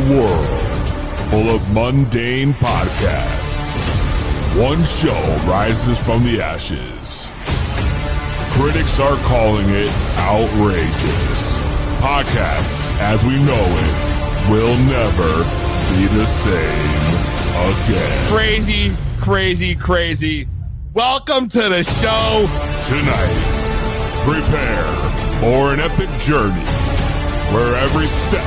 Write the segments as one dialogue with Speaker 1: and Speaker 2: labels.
Speaker 1: world full of mundane podcasts. One show rises from the ashes. Critics are calling it outrageous. Podcasts as we know it will never be the same again.
Speaker 2: crazy, crazy, crazy. Welcome to the show.
Speaker 1: Tonight, prepare for an epic journey where every step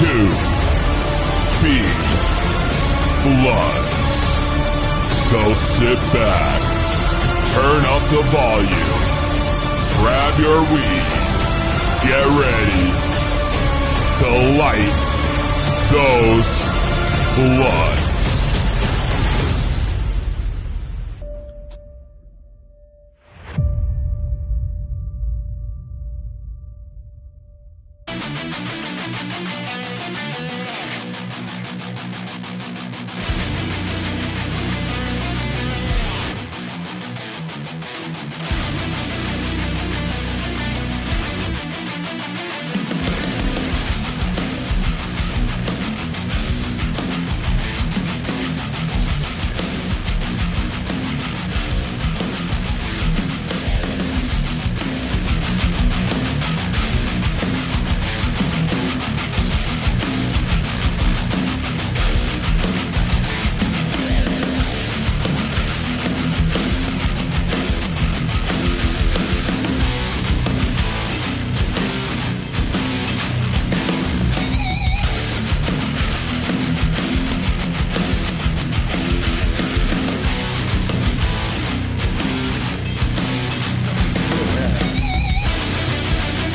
Speaker 1: to be blood. So sit back, turn up the volume, grab your weed, get ready to light those bloods.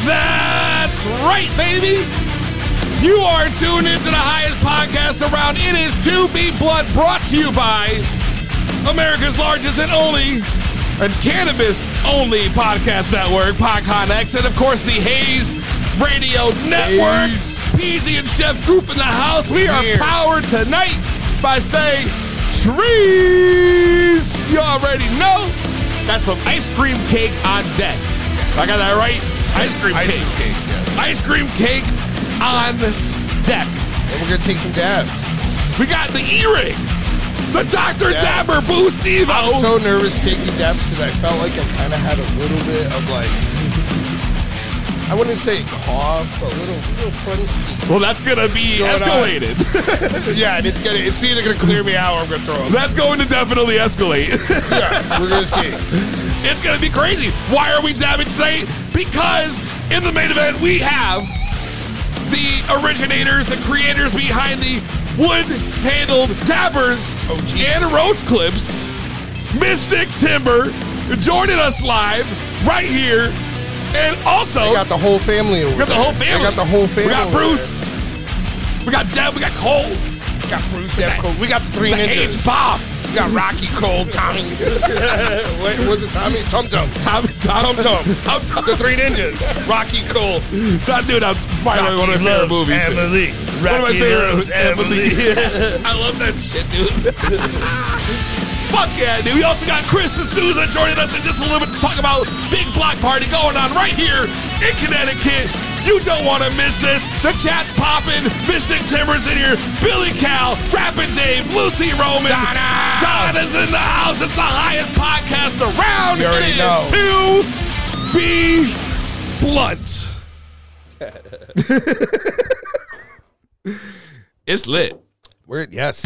Speaker 2: That's right, baby. You are tuned into the highest podcast around. It is To Be Blood, brought to you by America's largest and only and cannabis only podcast network, PodCon X, and of course the Hayes Radio Network. Peasy and Chef Goof in the house. We are
Speaker 3: Here.
Speaker 2: powered tonight by saying trees. You already know. That's from Ice Cream Cake on Deck. I got that right? Ice cream
Speaker 3: Ice
Speaker 2: cake.
Speaker 3: cream cake, yes.
Speaker 2: Ice cream cake on deck.
Speaker 3: And we're gonna take some dabs.
Speaker 2: We got the e-ring. The Dr.
Speaker 3: Yes.
Speaker 2: Dabber Boo Steve
Speaker 3: I'm so nervous taking dabs because I felt like I kind of had a little bit of like, I wouldn't say cough, but a little, little fronsky.
Speaker 2: Well, that's going to be
Speaker 3: Going on.
Speaker 2: escalated.
Speaker 3: Yeah, and it's gonna, it's either gonna clear me out or I'm gonna throw up.
Speaker 2: that's going to definitely escalate.
Speaker 3: yeah, we're gonna see.
Speaker 2: it's going to be crazy. Why are we dabbing tonight? Because in the main event, we have the originators, the creators behind the wood-handled dabbers
Speaker 3: Oh, geez.
Speaker 2: and roach clips, Mystic Timber, joining us live right here. And also,
Speaker 3: We got the whole family. Over
Speaker 2: We got the whole family.
Speaker 3: We got the whole family.
Speaker 2: We got
Speaker 3: over
Speaker 2: Bruce. We got Deb. We got Cole.
Speaker 3: there. We got Bruce. Depp. We got the three
Speaker 2: The
Speaker 3: ninjas.
Speaker 2: H Bob.
Speaker 3: We got Rocky, Cole, Tommy. Wait, was it Tommy? Tum Tum.
Speaker 2: Tom Tom
Speaker 3: Tom.
Speaker 2: Tom Tom.
Speaker 3: The three ninjas. Rocky, Cole.
Speaker 2: That dude. That's probably one of my favorite movies. dude.
Speaker 4: Emily.
Speaker 2: One of my favorite movies.
Speaker 4: Emily.
Speaker 2: I love that shit, dude. Fuck yeah, dude. We also got Chris and Susan joining us in just a little bit to talk about big block party going on right here in Connecticut. You don't want to miss this. The chat's popping. Mystic Timbers in here. Billy Cal, Rapid Dave, Lucy Roman. Donna. Donna's in the house. It's the highest podcast around.
Speaker 3: You already
Speaker 2: It is
Speaker 3: know.
Speaker 2: to be blunt. it's lit.
Speaker 3: We're, yes.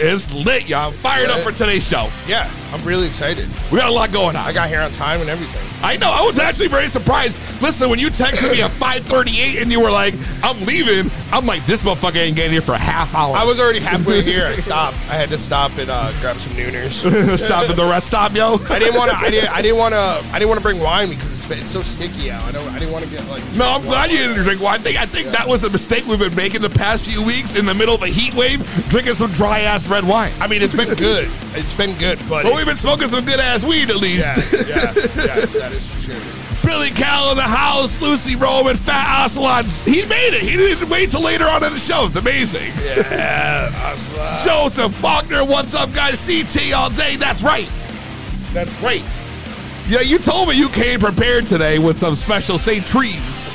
Speaker 2: It's lit, y'all. I'm fired up for today's show.
Speaker 3: Yeah, I'm really excited.
Speaker 2: We got a lot going
Speaker 3: I
Speaker 2: on.
Speaker 3: got here on time and everything.
Speaker 2: I know. I was actually very surprised. Listen, when you texted me at 5:38 and you were like, "I'm leaving," I'm like, "This motherfucker ain't getting here for a half hour."
Speaker 3: I was already halfway here. I stopped. I had to stop and uh, grab some nooners.
Speaker 2: stop at the rest stop, yo.
Speaker 3: I didn't want to. I didn't. I didn't want to. I didn't want to bring wine because it's but it's so sticky out. I don't. I didn't want to get like.
Speaker 2: No, I'm
Speaker 3: drunk
Speaker 2: glad
Speaker 3: water.
Speaker 2: you didn't drink wine. I think I think that was the mistake we've been making the past few weeks in the middle of a heat wave, drinking some dry ass red wine. I mean, it's been good,
Speaker 3: It's been good, but
Speaker 2: but we've been
Speaker 3: it's-
Speaker 2: smoking some good ass weed at least.
Speaker 3: yeah, yeah, yes, that is for sure.
Speaker 2: Billy Cal in the house, Lucy Rome and Fat Ocelot. He made it. He didn't wait till later on in the show. It's amazing.
Speaker 3: Yeah, Asla.
Speaker 2: Joseph Faulkner, what's up, guys? CT all day. That's right. That's right. Yeah, you told me you came prepared today with some special St. Trees.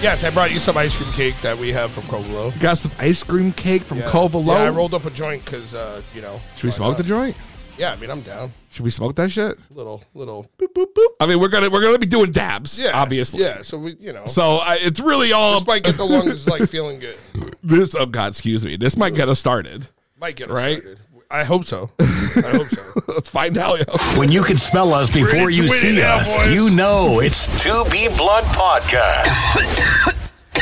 Speaker 3: Yes, I brought you some ice cream cake that we have from Covelo.
Speaker 2: Got some ice cream cake from
Speaker 3: Yeah.
Speaker 2: Covelo.
Speaker 3: Yeah, I rolled up a joint because uh, you know.
Speaker 2: Should we
Speaker 3: why
Speaker 2: smoke
Speaker 3: not?
Speaker 2: the joint?
Speaker 3: Yeah, I mean I'm down.
Speaker 2: Should we smoke that shit?
Speaker 3: Little, little, boop, boop, boop.
Speaker 2: I mean, we're gonna we're gonna be doing dabs,
Speaker 3: Yeah,
Speaker 2: obviously.
Speaker 3: Yeah, so we, you know,
Speaker 2: So I, it's really all
Speaker 3: this might get the lungs like feeling good.
Speaker 2: this. Oh God, excuse me. This might get us started.
Speaker 3: Might get us
Speaker 2: Right?
Speaker 3: started. I hope so. I hope so.
Speaker 2: Let's find out. yo.
Speaker 4: When you can smell us before you
Speaker 2: Pretty
Speaker 4: see
Speaker 2: sweet, yeah,
Speaker 4: us,
Speaker 2: boys.
Speaker 4: you know it's To Be Blunt Podcast.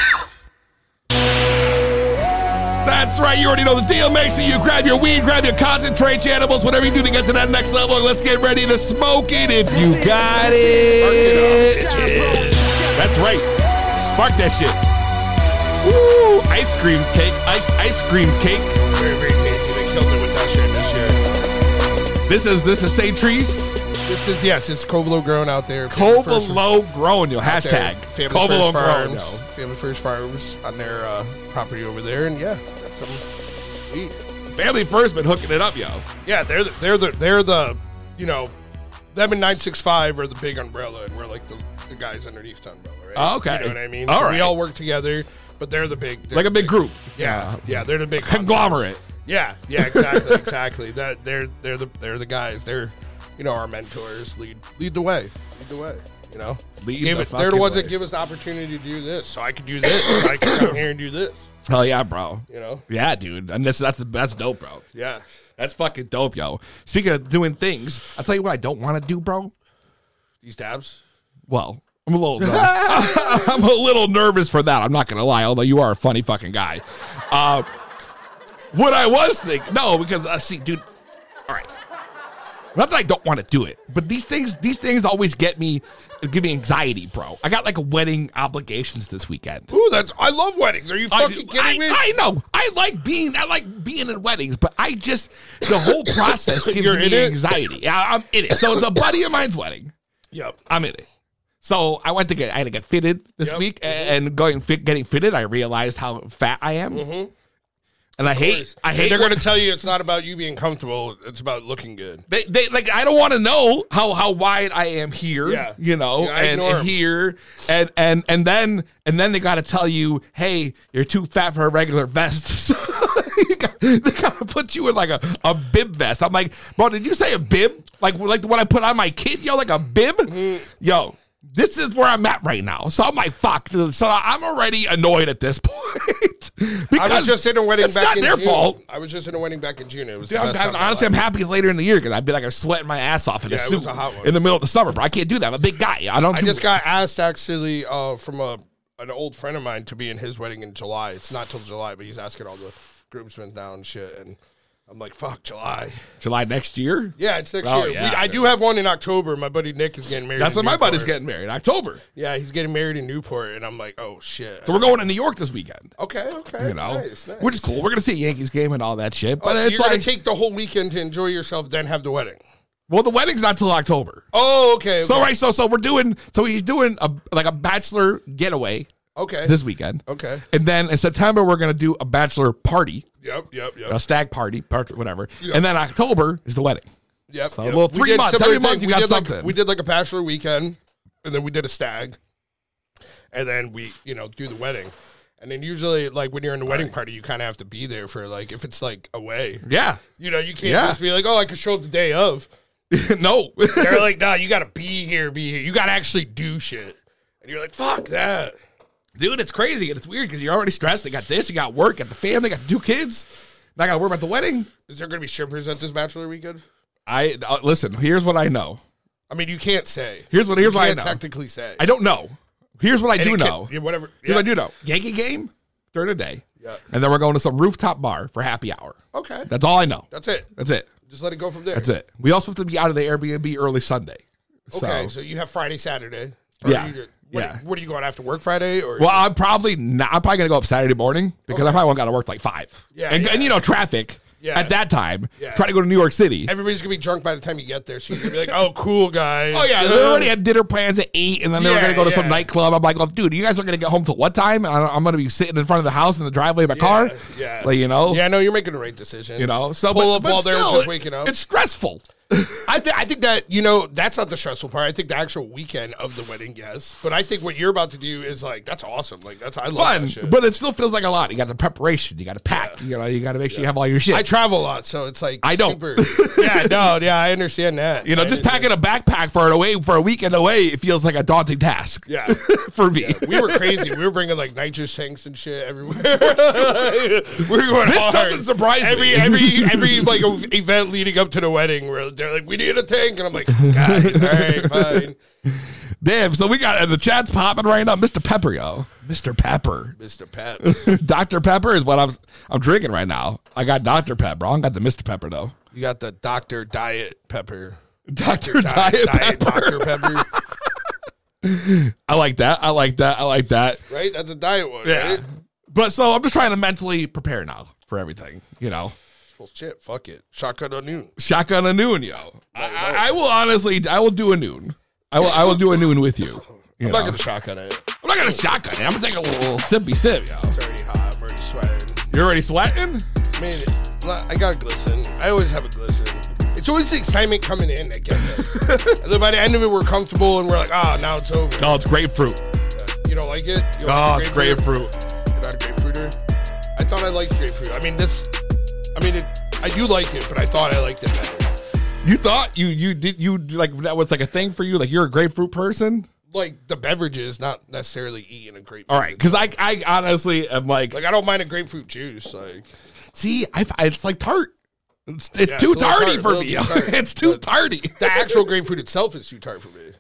Speaker 2: That's right. You already know the deal. Make sure you grab your weed, grab your concentrates, your edibles, whatever you do to get to that next level. And let's get ready to smoke it if you got it. Yeah. That's right. Spark that shit. Woo! Ice cream cake. Ice ice cream cake.
Speaker 3: Very, very tasty. They killed it with that shit this year.
Speaker 2: This is this is Say Trees.
Speaker 3: This is yes, it's Covelo grown out there. Family First
Speaker 2: Covelo grown. Yo.
Speaker 3: out there.
Speaker 2: Hashtag
Speaker 3: Family
Speaker 2: Covelo
Speaker 3: First
Speaker 2: grown.
Speaker 3: Farms. Family First Farms on their uh, property over there, and yeah, that's some weed.
Speaker 2: yo. Family first been hooking it up, yo.
Speaker 3: Yeah, they're the, they're the they're the you know them and nine six five are the big umbrella, and we're like the, the guys underneath the umbrella. Right?
Speaker 2: Oh, okay.
Speaker 3: you know what I mean.
Speaker 2: All
Speaker 3: So
Speaker 2: right.
Speaker 3: we all work together, but they're the big they're
Speaker 2: Like a
Speaker 3: the
Speaker 2: big group.
Speaker 3: Yeah, yeah, they're the big
Speaker 2: Conglomerate.
Speaker 3: Yeah, yeah, exactly, exactly. That they're they're the they're the guys. They're you know our mentors lead lead the way, lead the way. You know,
Speaker 2: Lead
Speaker 3: Give
Speaker 2: the
Speaker 3: it- they're the
Speaker 2: fucking
Speaker 3: ones
Speaker 2: way.
Speaker 3: that give us the opportunity to do this, so I could do this, so I could come here and do this.
Speaker 2: Hell yeah, bro.
Speaker 3: You know,
Speaker 2: Yeah, dude. And this that's that's dope, bro.
Speaker 3: yeah.
Speaker 2: That's fucking dope, yo. Speaking of doing things, I tell you what I don't want to do, bro.
Speaker 3: These dabs.
Speaker 2: Well, I'm a little nervous. I'm a little nervous for that. I'm not gonna lie. Although you are a funny fucking guy. Uh, what I was thinking, no, because I see, dude. All right. Not that I don't want to do it, but these things, these things always get me, give me anxiety, bro. I got like wedding obligations this weekend.
Speaker 3: Ooh, that's I love weddings. Are you
Speaker 2: I,
Speaker 3: fucking
Speaker 2: do-
Speaker 3: kidding me?
Speaker 2: I, I know. I like being. I like being in weddings, but I just the whole process gives
Speaker 3: You're in
Speaker 2: me
Speaker 3: it?
Speaker 2: anxiety. Yeah, I'm in it. So it's a buddy of mine's wedding.
Speaker 3: yep.
Speaker 2: I'm in it. So I went to get. I had to get fitted this
Speaker 3: Yep. Mm-hmm.
Speaker 2: week, a- and going fit, getting fitted, I realized how fat I am.
Speaker 3: Mm-hmm.
Speaker 2: And I hate. I hate.
Speaker 3: They're
Speaker 2: what-
Speaker 3: going to tell you it's not about you being comfortable. It's about looking good.
Speaker 2: They, they like I don't want to know how how wide I am here,
Speaker 3: Yeah.
Speaker 2: you know,
Speaker 3: Yeah, I
Speaker 2: and,
Speaker 3: ignore
Speaker 2: and
Speaker 3: 'em.
Speaker 2: here, and and and then and then they got to tell you, hey, you're too fat for a regular vest. So you got- they got to put you in like a, a bib vest. I'm like, bro, did you say a bib? Like like what I put on my kid, yo, like a bib,
Speaker 3: Mm.
Speaker 2: yo. This is where I'm at right now. So I'm like, fuck. dude. So I'm already annoyed at this point. because
Speaker 3: I was just in a wedding
Speaker 2: it's
Speaker 3: back
Speaker 2: not
Speaker 3: in
Speaker 2: their
Speaker 3: June.
Speaker 2: fault.
Speaker 3: I was just in a wedding back in June. It was
Speaker 2: Dude,
Speaker 3: the
Speaker 2: I'm,
Speaker 3: best
Speaker 2: I'm-
Speaker 3: time of my
Speaker 2: honestly, I'm
Speaker 3: life.
Speaker 2: happy it's later in the year because I'd be like, I'm sweating my ass off in a
Speaker 3: Yeah, it
Speaker 2: suit
Speaker 3: was a hot one.
Speaker 2: in the middle of the summer, bro. I can't do that. I'm a big guy. I don't.
Speaker 3: I
Speaker 2: do
Speaker 3: just got asked actually uh, from a an old friend of mine to be in his wedding in July. It's not till July, but he's asking all the groomsmen down and shit. And I'm like, fuck July.
Speaker 2: July next year.
Speaker 3: Yeah, it's next
Speaker 2: Oh,
Speaker 3: year.
Speaker 2: yeah.
Speaker 3: We, I do have one in October. My buddy Nick is getting married.
Speaker 2: That's
Speaker 3: in
Speaker 2: when my
Speaker 3: Newport.
Speaker 2: buddy's getting married, October.
Speaker 3: Yeah, he's getting married in Newport, and I'm like, oh shit.
Speaker 2: So we're going to New York this weekend.
Speaker 3: okay, okay,
Speaker 2: You know,
Speaker 3: nice, nice.
Speaker 2: which is cool. We're gonna see a Yankees game and all that shit.
Speaker 3: Oh,
Speaker 2: But
Speaker 3: so
Speaker 2: it's
Speaker 3: you're gonna
Speaker 2: like,
Speaker 3: take the whole weekend to enjoy yourself, then have the wedding.
Speaker 2: well, the wedding's not till October.
Speaker 3: Oh, okay.
Speaker 2: So
Speaker 3: okay.
Speaker 2: right, so so we're doing. So he's doing a like a bachelor getaway
Speaker 3: Okay.
Speaker 2: this weekend.
Speaker 3: okay.
Speaker 2: And then in September we're gonna do a bachelor party,
Speaker 3: Yep. Yep. Yep.
Speaker 2: a stag party, part whatever. And then October is the wedding.
Speaker 3: yep.
Speaker 2: a
Speaker 3: yep.
Speaker 2: little
Speaker 3: We
Speaker 2: three
Speaker 3: did
Speaker 2: months.
Speaker 3: similar
Speaker 2: Every month
Speaker 3: things.
Speaker 2: you
Speaker 3: we
Speaker 2: got
Speaker 3: did
Speaker 2: something.
Speaker 3: Like, we did like a bachelor weekend, and then we did a stag, and then we you know do the wedding. And then usually, like when you're in the wedding party, you kind of have to be there for like if it's like away,
Speaker 2: Yeah.
Speaker 3: you know, you can't
Speaker 2: Yeah.
Speaker 3: just be like, oh, I could show up the day of.
Speaker 2: no.
Speaker 3: They're like, nah, you got to be here, be here. You got to actually do shit. And you're like, fuck that.
Speaker 2: dude, it's crazy and it's weird because you're already stressed. They got this, you got work, got the family, got the two kids. Now I got to worry about the wedding.
Speaker 3: Is there gonna be strippers at this bachelor weekend?
Speaker 2: I uh, listen. Here's what I know.
Speaker 3: I mean, you can't say.
Speaker 2: Here's what-
Speaker 3: You
Speaker 2: here's what I
Speaker 3: can't
Speaker 2: know.
Speaker 3: Technically, say
Speaker 2: I don't know. Here's what I do
Speaker 3: And it
Speaker 2: know.
Speaker 3: can- yeah, whatever.
Speaker 2: Here's what I
Speaker 3: Yeah.
Speaker 2: do know. Yankee game during the day,
Speaker 3: Yeah.
Speaker 2: and then we're going to some rooftop bar for happy hour.
Speaker 3: Okay.
Speaker 2: That's all I know.
Speaker 3: That's it.
Speaker 2: That's it.
Speaker 3: Just let it go from there.
Speaker 2: That's it. We also have to be out of the Airbnb early Sunday.
Speaker 3: Okay, so,
Speaker 2: so
Speaker 3: you have Friday, Saturday. Or
Speaker 2: Yeah.
Speaker 3: you just- what,
Speaker 2: Yeah.
Speaker 3: What are you going after work Friday? Or
Speaker 2: Well, I'm probably not. I'm probably gonna go up Saturday morning because I probably won't got to work till like five.
Speaker 3: Yeah,
Speaker 2: and,
Speaker 3: yeah.
Speaker 2: and you know traffic.
Speaker 3: Yeah.
Speaker 2: At that time,
Speaker 3: Yeah.
Speaker 2: try to go to New York City.
Speaker 3: everybody's gonna be drunk by the time you get there, so you're gonna be like, "Oh, cool guys."
Speaker 2: Oh yeah,
Speaker 3: Uh,
Speaker 2: they already had dinner plans at eight, and then they were
Speaker 3: Yeah,
Speaker 2: gonna go to some
Speaker 3: yeah.
Speaker 2: nightclub. I'm like, well, dude, you guys are gonna get home till what time? And I- I'm gonna be sitting in front of the house in the driveway of my car.
Speaker 3: yeah.
Speaker 2: like you know,
Speaker 3: yeah, no, you're making the right decision.
Speaker 2: you know. So
Speaker 3: pull
Speaker 2: but-
Speaker 3: up
Speaker 2: but
Speaker 3: while they're
Speaker 2: still,
Speaker 3: just
Speaker 2: it-
Speaker 3: waking up.
Speaker 2: It's stressful.
Speaker 3: I, th- I think that you know that's not the stressful part. I think the actual weekend of the wedding, yes. But I think what you're about to do is like that's awesome. Like that's I love that
Speaker 2: fun,
Speaker 3: Oh, shit.
Speaker 2: but it still feels like a lot. You got the preparation, you got to pack, you know, you got to make sure you have all your shit.
Speaker 3: I travel a lot, so it's like
Speaker 2: I don't.
Speaker 3: Super, yeah, no, yeah, I understand that.
Speaker 2: you know,
Speaker 3: I
Speaker 2: just
Speaker 3: understand.
Speaker 2: packing a backpack for an away for a weekend away, it feels like a daunting task.
Speaker 3: Yeah.
Speaker 2: for me.
Speaker 3: We were crazy. We were bringing like nitrous tanks and shit everywhere. we were going
Speaker 2: This
Speaker 3: hard.
Speaker 2: doesn't surprise
Speaker 3: every,
Speaker 2: me.
Speaker 3: Every every like ev- event leading up to the wedding, where they're like, "We need a tank," and I'm like, "Guys, all right, fine."
Speaker 2: Damn. So we got and the chat's popping right now, Mr. Pepper, yo, Mr. Pepper.
Speaker 3: Mr. Peps,
Speaker 2: Dr. Pepper is what I'm I'm drinking right now. I got Dr. Pepper. I don't got the Mr. Pepper though.
Speaker 3: you got the Doctor Diet Pepper.
Speaker 2: Dr. Diet, Pepper.
Speaker 3: Dr. Pepper.
Speaker 2: I like that. I like that. I like that.
Speaker 3: right? That's a diet one,
Speaker 2: Yeah.
Speaker 3: right?
Speaker 2: But so I'm just trying to mentally prepare now for everything, you know.
Speaker 3: Well, shit, fuck it. Shotgun on noon.
Speaker 2: Shotgun a noon, yo. I, I- I will honestly I will do a noon. I will I will do a noon with you. you
Speaker 3: I'm not
Speaker 2: know.
Speaker 3: gonna shotgun it.
Speaker 2: I'm not gonna shotgun it. I'm gonna take a little sippy sip, yo.
Speaker 3: It's already hot. I'm already sweating.
Speaker 2: You're already sweating?
Speaker 3: I mean, not- I got a glisten. I always have a glisten. It's always the excitement coming in that gets us. and then by the end of it, we're comfortable and we're like, ah, now it's over.
Speaker 2: No, it's grapefruit.
Speaker 3: You don't like it? You don't
Speaker 2: Oh,
Speaker 3: like
Speaker 2: it's grapefruit.
Speaker 3: You're not a grapefruiter? I thought I liked grapefruit. I mean, this, I mean, it, I do like it, but I thought I liked it better.
Speaker 2: You thought you you did you like that was like a thing for you? Like you're a grapefruit person?
Speaker 3: Like the beverages, not necessarily eating a grapefruit.
Speaker 2: All right, because I I honestly am like,
Speaker 3: Like I don't mind a grapefruit juice. Like
Speaker 2: see, I, I- it's like tart. It's, it's
Speaker 3: Yeah,
Speaker 2: too
Speaker 3: it's a little
Speaker 2: tardy
Speaker 3: tart,
Speaker 2: for
Speaker 3: a
Speaker 2: me.
Speaker 3: little too tart.
Speaker 2: it's too tardy.
Speaker 3: the actual grapefruit itself is too tart for me.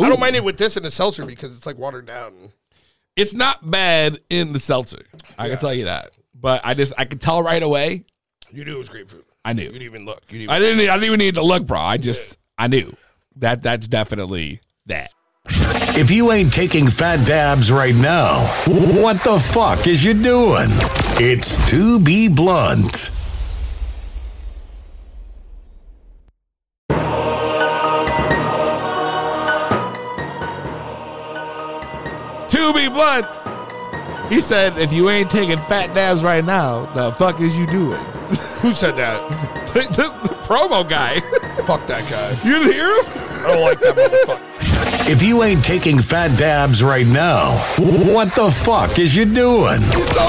Speaker 3: I don't mind it with this and a seltzer because it's like watered down.
Speaker 2: It's not bad in the seltzer. I can tell you that. But I just I could tell right away.
Speaker 3: You knew it was grapefruit.
Speaker 2: I knew.
Speaker 3: You didn't even look. You didn't
Speaker 2: I didn't. I didn't even need to look, bro. I just I knew that that's definitely that.
Speaker 4: If you ain't taking fat dabs right now, what the fuck is you doing? It's to be blunt.
Speaker 2: To be blunt, he said, if you ain't taking fat dabs right now, the fuck is you doing?
Speaker 3: Who said that?
Speaker 2: the, the- the promo guy.
Speaker 3: Fuck that guy.
Speaker 2: you didn't hear him?
Speaker 3: I don't like that motherfucker.
Speaker 4: If you ain't taking fat dabs right now, what the fuck is you doing?
Speaker 2: so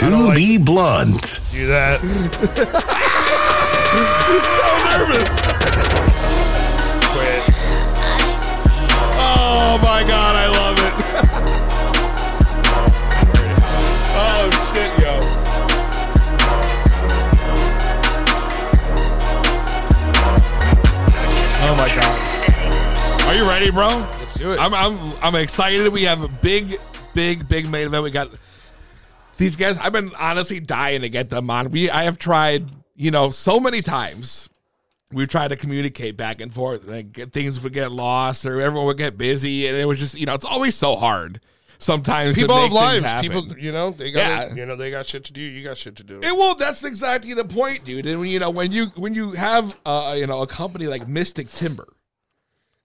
Speaker 2: nervous.
Speaker 4: to be blunt.
Speaker 3: Do that.
Speaker 2: So nervous.
Speaker 3: Quit.
Speaker 2: Oh my god, I love it. oh shit, yo. Oh my god. Are you ready, bro?
Speaker 3: Let's do it.
Speaker 2: I'm I'm I'm excited. We have a big, big, big main event. We got these guys. I've been honestly dying to get them on. We I have tried, you know, so many times. We tried to communicate back and forth, like get- things would get lost or everyone would get busy, and it was just you know it's always so hard. Sometimes to
Speaker 3: People
Speaker 2: make
Speaker 3: have
Speaker 2: things
Speaker 3: lives.
Speaker 2: happen.
Speaker 3: People, you know, they got
Speaker 2: Yeah.
Speaker 3: you know they got shit to do. You got shit to do.
Speaker 2: It will. That's exactly the point, dude. And you know when you when you have uh, you know a company like Mystic Timber,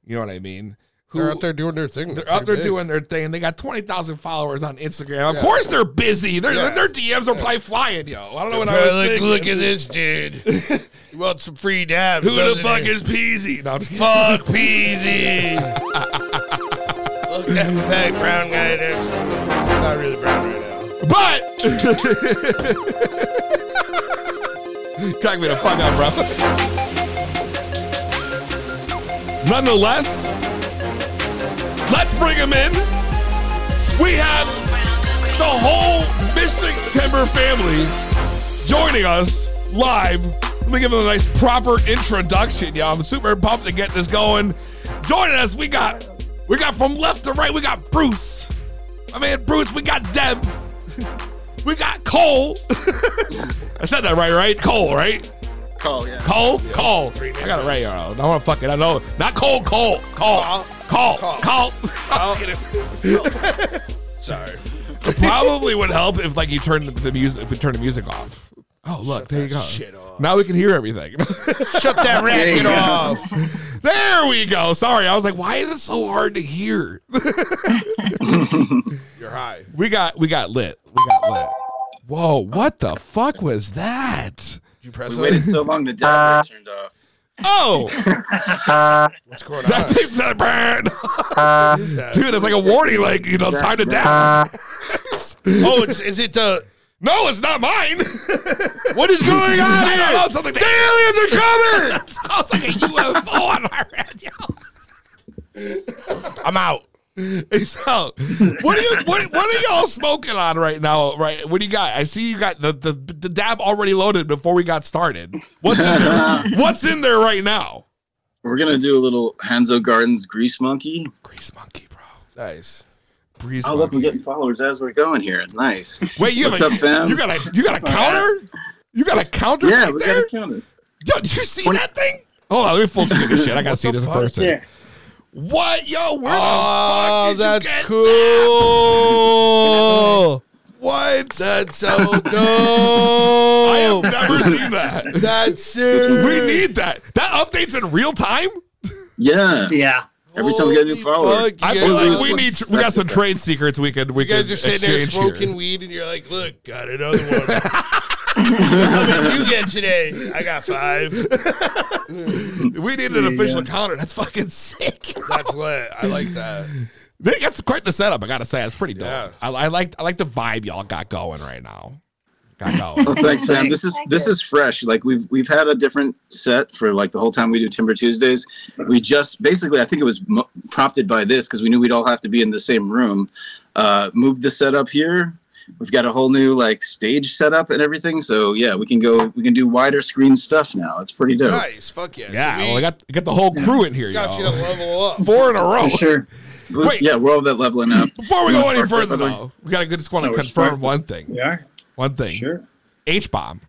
Speaker 2: you know what I mean. Who,
Speaker 3: They're out there doing their thing.
Speaker 2: They're out there
Speaker 3: Pretty big.
Speaker 2: doing their thing. They got twenty thousand followers on Instagram. Of course, they're busy. Their
Speaker 3: Yeah.
Speaker 2: their DMs are probably flying, yo. I don't know what I
Speaker 3: Bro,
Speaker 2: was
Speaker 3: look,
Speaker 2: thinking.
Speaker 3: look at this dude. you want some free dabs?
Speaker 2: Who the
Speaker 3: doesn't
Speaker 2: fuck
Speaker 3: he?
Speaker 2: is Peasy? No, I'm just kidding.
Speaker 3: Fuck Peasy. Look at that fat brown guy next. Not really brown right now.
Speaker 2: But crack me the fuck up, bro. Nonetheless, let's bring him in. We have the whole Mystic Timber family joining us live. Let me give them a nice proper introduction, y'all. I'm super pumped to get this going. Joining us, we got we got from left to right, we got Bruce. My man Bruce, we got Deb. We got Cole. I said that right, right? Cole, right?
Speaker 5: Cole, yeah.
Speaker 2: Cole, Cole. I got it right here. I don't want to fuck it. I know. Not Cole, Cole, Cole, Cole, Cole.
Speaker 3: Sorry.
Speaker 2: Probably would help if like you turn the, the music if we turn the music off. Oh look, there you go.
Speaker 3: shit off.
Speaker 2: Now we can hear everything.
Speaker 3: Shut that racket off.
Speaker 2: there we go. Sorry, I was like, why is it so hard to hear?
Speaker 3: You're high.
Speaker 2: We got we got lit. We got lit. Whoa, what the fuck was that?
Speaker 3: Did you press
Speaker 5: We
Speaker 3: it?
Speaker 5: waited so long the dab light turned off.
Speaker 2: Oh,
Speaker 3: What's going on?
Speaker 2: that thing's not burn.
Speaker 3: What is that?
Speaker 2: Dude, it's like a warning, like, you know, it's time to down.
Speaker 3: Oh, it's, is it the?
Speaker 2: No, it's not mine.
Speaker 3: What is going on
Speaker 2: I don't know,
Speaker 3: here?
Speaker 2: it's something the aliens are coming. Sounds like a UFO on my radio.
Speaker 3: I'm out.
Speaker 2: So, what are you what, what are y'all smoking on right now? Right, what do you got? I see you got the the, the dab already loaded before we got started. What's in there? What's in there right now?
Speaker 5: uh, We're gonna do a little Hanzo Gardens Grease Monkey.
Speaker 2: Grease monkey, bro.
Speaker 3: Nice.
Speaker 2: Breeze
Speaker 5: Oh, look,
Speaker 2: monkey.
Speaker 5: I'm getting followers as we're going here. Nice.
Speaker 2: Wait, you
Speaker 5: What's
Speaker 2: have a,
Speaker 5: up, fam?
Speaker 2: You got a you got a counter? You got a counter
Speaker 5: yeah,
Speaker 2: right
Speaker 5: we
Speaker 2: there?
Speaker 5: gotta count it.
Speaker 2: Yo, did you see that thing? Hold on, let me full screen this shit. I gotta see this in person.
Speaker 5: Yeah.
Speaker 2: What? Yo, where
Speaker 3: Oh,
Speaker 2: the fuck did
Speaker 3: that's
Speaker 2: you get
Speaker 3: cool.
Speaker 2: that? What?
Speaker 3: That's so
Speaker 2: I have
Speaker 3: dope.
Speaker 2: never seen that.
Speaker 3: That's serious.
Speaker 2: We need that. That updates in real time.
Speaker 5: Yeah.
Speaker 6: Yeah.
Speaker 5: Every time we get a new
Speaker 3: Holy
Speaker 5: follower.
Speaker 3: fuck,
Speaker 2: I
Speaker 3: you
Speaker 2: feel
Speaker 3: guys-
Speaker 2: like we need.
Speaker 5: that's-
Speaker 2: We got
Speaker 5: that's
Speaker 2: some
Speaker 5: the-
Speaker 2: trade secrets we could. We
Speaker 3: You guys
Speaker 2: could
Speaker 3: are sitting there
Speaker 2: exchange here.
Speaker 3: smoking weed, and you're like, "Look, got another one. How much you get today? I got five.
Speaker 2: We need an official counter. That's fucking sick.
Speaker 3: That's lit. I like that.
Speaker 2: They got some- quite the setup. I gotta say, it's pretty dope.
Speaker 3: Yeah.
Speaker 2: I, I like. I like the vibe y'all got going right now. Got going.
Speaker 5: Well, thanks, man. This is this is fresh. Like we've we've had a different set for like the whole time we do Timber Tuesdays. We just basically, I think it was mo- prompted by this because we knew we'd all have to be in the same room. Uh, moved the set up here. We've got a whole new like stage setup and everything. So yeah, we can go. We can do wider screen stuff now. It's pretty dope.
Speaker 3: Nice. Fuck yeah.
Speaker 2: yeah.
Speaker 3: So we
Speaker 2: Well, I got got the whole crew in here.
Speaker 3: got
Speaker 2: y'all.
Speaker 3: you to level up.
Speaker 2: Four in a row.
Speaker 6: For sure.
Speaker 5: We-
Speaker 2: Wait.
Speaker 5: Yeah, we're all about leveling up.
Speaker 2: Before we
Speaker 5: You
Speaker 2: go
Speaker 5: wanna
Speaker 2: any
Speaker 5: spark
Speaker 2: further,
Speaker 5: that other-
Speaker 2: though, we gotta just want to
Speaker 6: No, it's
Speaker 2: confirm
Speaker 6: fine.
Speaker 2: one thing.
Speaker 6: We are.
Speaker 2: One thing.
Speaker 6: Sure.
Speaker 2: H bomb,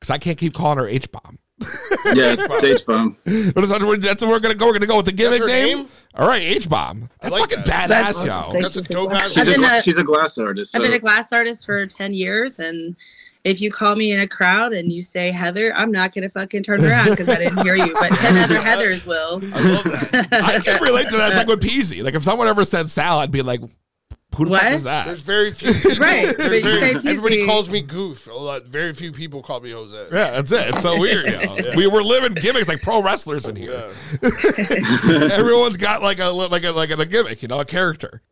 Speaker 2: because I can't keep calling her H bomb.
Speaker 5: Yeah, it's H bomb.
Speaker 2: But that's what that's what we're gonna go. We're gonna go with the gimmick
Speaker 3: her
Speaker 2: name.
Speaker 3: name?
Speaker 2: All right, H bomb. That's
Speaker 3: like
Speaker 2: fucking badass,
Speaker 3: that.
Speaker 7: That's- that's
Speaker 2: yo.
Speaker 7: insane.
Speaker 3: That's a dope ass.
Speaker 5: She's
Speaker 7: I've
Speaker 5: a,
Speaker 7: been
Speaker 5: gla-
Speaker 7: a-
Speaker 5: she's a glass artist. So
Speaker 7: uh, I've been a glass artist for 10 years, and if you call me in a crowd and you say Heather, I'm not going to fucking turn around because I didn't hear you, but 10 other Heathers will.
Speaker 3: I love that.
Speaker 2: I can relate to that. It's like with Peasy. Like if someone ever said Sal, I'd be like, who the fuck
Speaker 7: What?
Speaker 2: is that?
Speaker 3: There's very few. People.
Speaker 7: Right,
Speaker 3: There's
Speaker 7: but you
Speaker 3: very-
Speaker 7: say
Speaker 3: everybody
Speaker 7: Peasy.
Speaker 3: calls me Goof. A lot. Very few people call me Jose.
Speaker 2: Yeah, that's it. It's so weird. yo. We were living gimmicks like pro wrestlers in here.
Speaker 3: Yeah.
Speaker 2: Everyone's got like a like a like a, gimmick, you know, a character.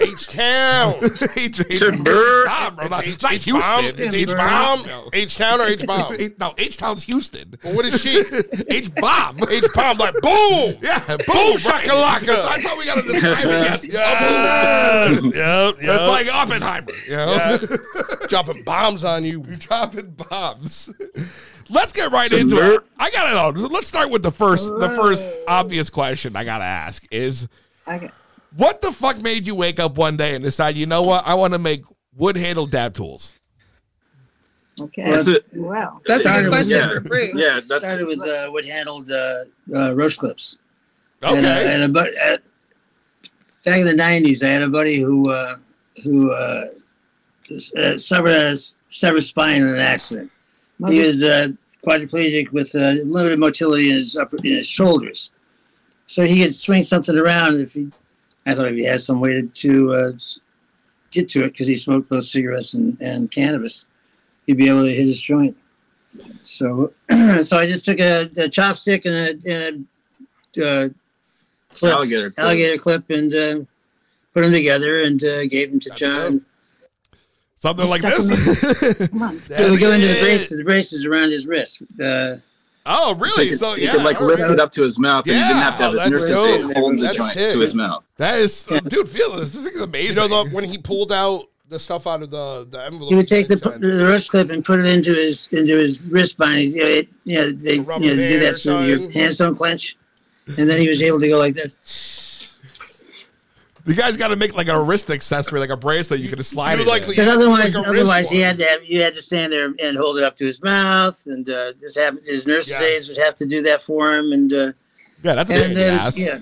Speaker 3: H Town.
Speaker 2: H, H,
Speaker 5: Sure, brr.
Speaker 2: Bomb, bro. Not,
Speaker 3: H-
Speaker 2: not
Speaker 3: H- Bomb.
Speaker 2: Houston.
Speaker 3: It's H Bomb. H Town or H Bomb.
Speaker 2: No, H Town's Houston.
Speaker 3: What is she?
Speaker 2: H bomb.
Speaker 3: H Bomb. Like boom.
Speaker 2: Yeah, boom,
Speaker 3: shakalaka.
Speaker 2: That's- That's how we gotta describe it. Yes.
Speaker 3: Yeah. yep.
Speaker 2: It's
Speaker 3: Yep.
Speaker 2: like Oppenheimer. You know?
Speaker 3: Yeah. dropping bombs on you.
Speaker 2: dropping bombs. Let's get right
Speaker 5: So
Speaker 2: into
Speaker 5: ner-
Speaker 2: it. I gotta know. Let's start with the first, the first obvious question I gotta ask is,
Speaker 7: Okay.
Speaker 2: what the fuck made you wake up one day and decide, you know what, I want to make wood handle dab tools?
Speaker 7: Okay.
Speaker 5: That's it.
Speaker 7: Wow.
Speaker 6: That's a good question
Speaker 5: yeah.
Speaker 7: for Bruce.
Speaker 5: Yeah, that's
Speaker 6: Started with uh, what handled uh, uh, roast clips.
Speaker 2: Okay,
Speaker 6: And, uh, and a, bu- uh, back in the '90s, I had a buddy who uh, who uh, s- uh, suffered a s- severed spine in an accident. He was uh, quadriplegic with uh, limited motility in his upper in his shoulders, so he could swing something around. If he, I thought if he had some way to, to uh, s- get to it because he smoked both cigarettes and, and cannabis, he'd be able to hit his joint. So, so I just took a, a chopstick and a, and a uh, clip,
Speaker 5: Alligator clip.
Speaker 6: alligator clip, and uh, put them together and uh, gave them to John.
Speaker 2: something like
Speaker 7: Stuck 'em
Speaker 2: this.
Speaker 7: Come on.
Speaker 6: It would go into the braces, the braces around his wrist. Uh,
Speaker 2: oh,
Speaker 5: So
Speaker 2: really?
Speaker 5: he could,
Speaker 2: So,
Speaker 5: he
Speaker 2: yeah,
Speaker 5: could like
Speaker 2: all
Speaker 5: lift
Speaker 2: right.
Speaker 5: it up to his mouth, and he
Speaker 2: Yeah,
Speaker 5: didn't have to have his
Speaker 3: that's
Speaker 5: nurse
Speaker 3: dope.
Speaker 5: to say hold the
Speaker 3: That's
Speaker 5: joint
Speaker 3: sick.
Speaker 5: to his mouth.
Speaker 2: that is, dude. Feel this. This thing is
Speaker 3: You
Speaker 2: amazing.
Speaker 3: know, the, when he pulled out the stuff out of the, the envelope,
Speaker 6: he would take the,
Speaker 3: that
Speaker 6: the
Speaker 3: he signed,
Speaker 6: wrist clip and put it into his into his wrist bind. You know, it, you know they you know,
Speaker 3: Rubber
Speaker 6: do
Speaker 3: there,
Speaker 6: that so your
Speaker 3: son.
Speaker 6: hands don't clench, and then he was able to go like that.
Speaker 2: You guys got to make like a wrist accessory, like a bracelet you can just slide
Speaker 3: You
Speaker 2: it. in.
Speaker 3: likely-
Speaker 6: Because otherwise,
Speaker 3: Like a
Speaker 6: otherwise he
Speaker 3: wristwatch.
Speaker 6: had to have you had to stand there and hold it up to his mouth, and uh, just have his nurses would have to do that for him, and uh,
Speaker 2: Yeah, that's a pain
Speaker 6: and
Speaker 2: in the
Speaker 6: there's
Speaker 2: ass.
Speaker 6: yeah,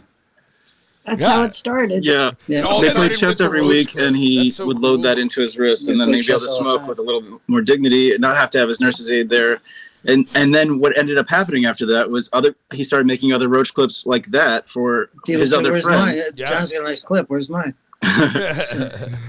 Speaker 8: That's
Speaker 2: Yeah.
Speaker 8: how it started.
Speaker 5: Yeah.
Speaker 6: yeah.
Speaker 3: All
Speaker 5: they
Speaker 3: that
Speaker 5: played
Speaker 3: night
Speaker 5: chess
Speaker 3: with
Speaker 5: every
Speaker 3: the
Speaker 5: week,
Speaker 3: roaster.
Speaker 5: and he
Speaker 3: That's so
Speaker 5: would load
Speaker 3: cool.
Speaker 5: that into his wrist,
Speaker 6: They
Speaker 5: and then
Speaker 6: play
Speaker 5: they'd be able
Speaker 6: chess
Speaker 5: to
Speaker 6: all the
Speaker 5: smoke
Speaker 6: time.
Speaker 5: with a little more dignity, and not have to have his nurse's aid there. And and then what ended up happening after that was other. He started making other roach clips like that for
Speaker 6: He
Speaker 5: his
Speaker 6: would say,
Speaker 5: other
Speaker 6: Where's mine? Uh,
Speaker 5: friends.
Speaker 3: Yeah.
Speaker 6: John's got a nice clip. Where's mine?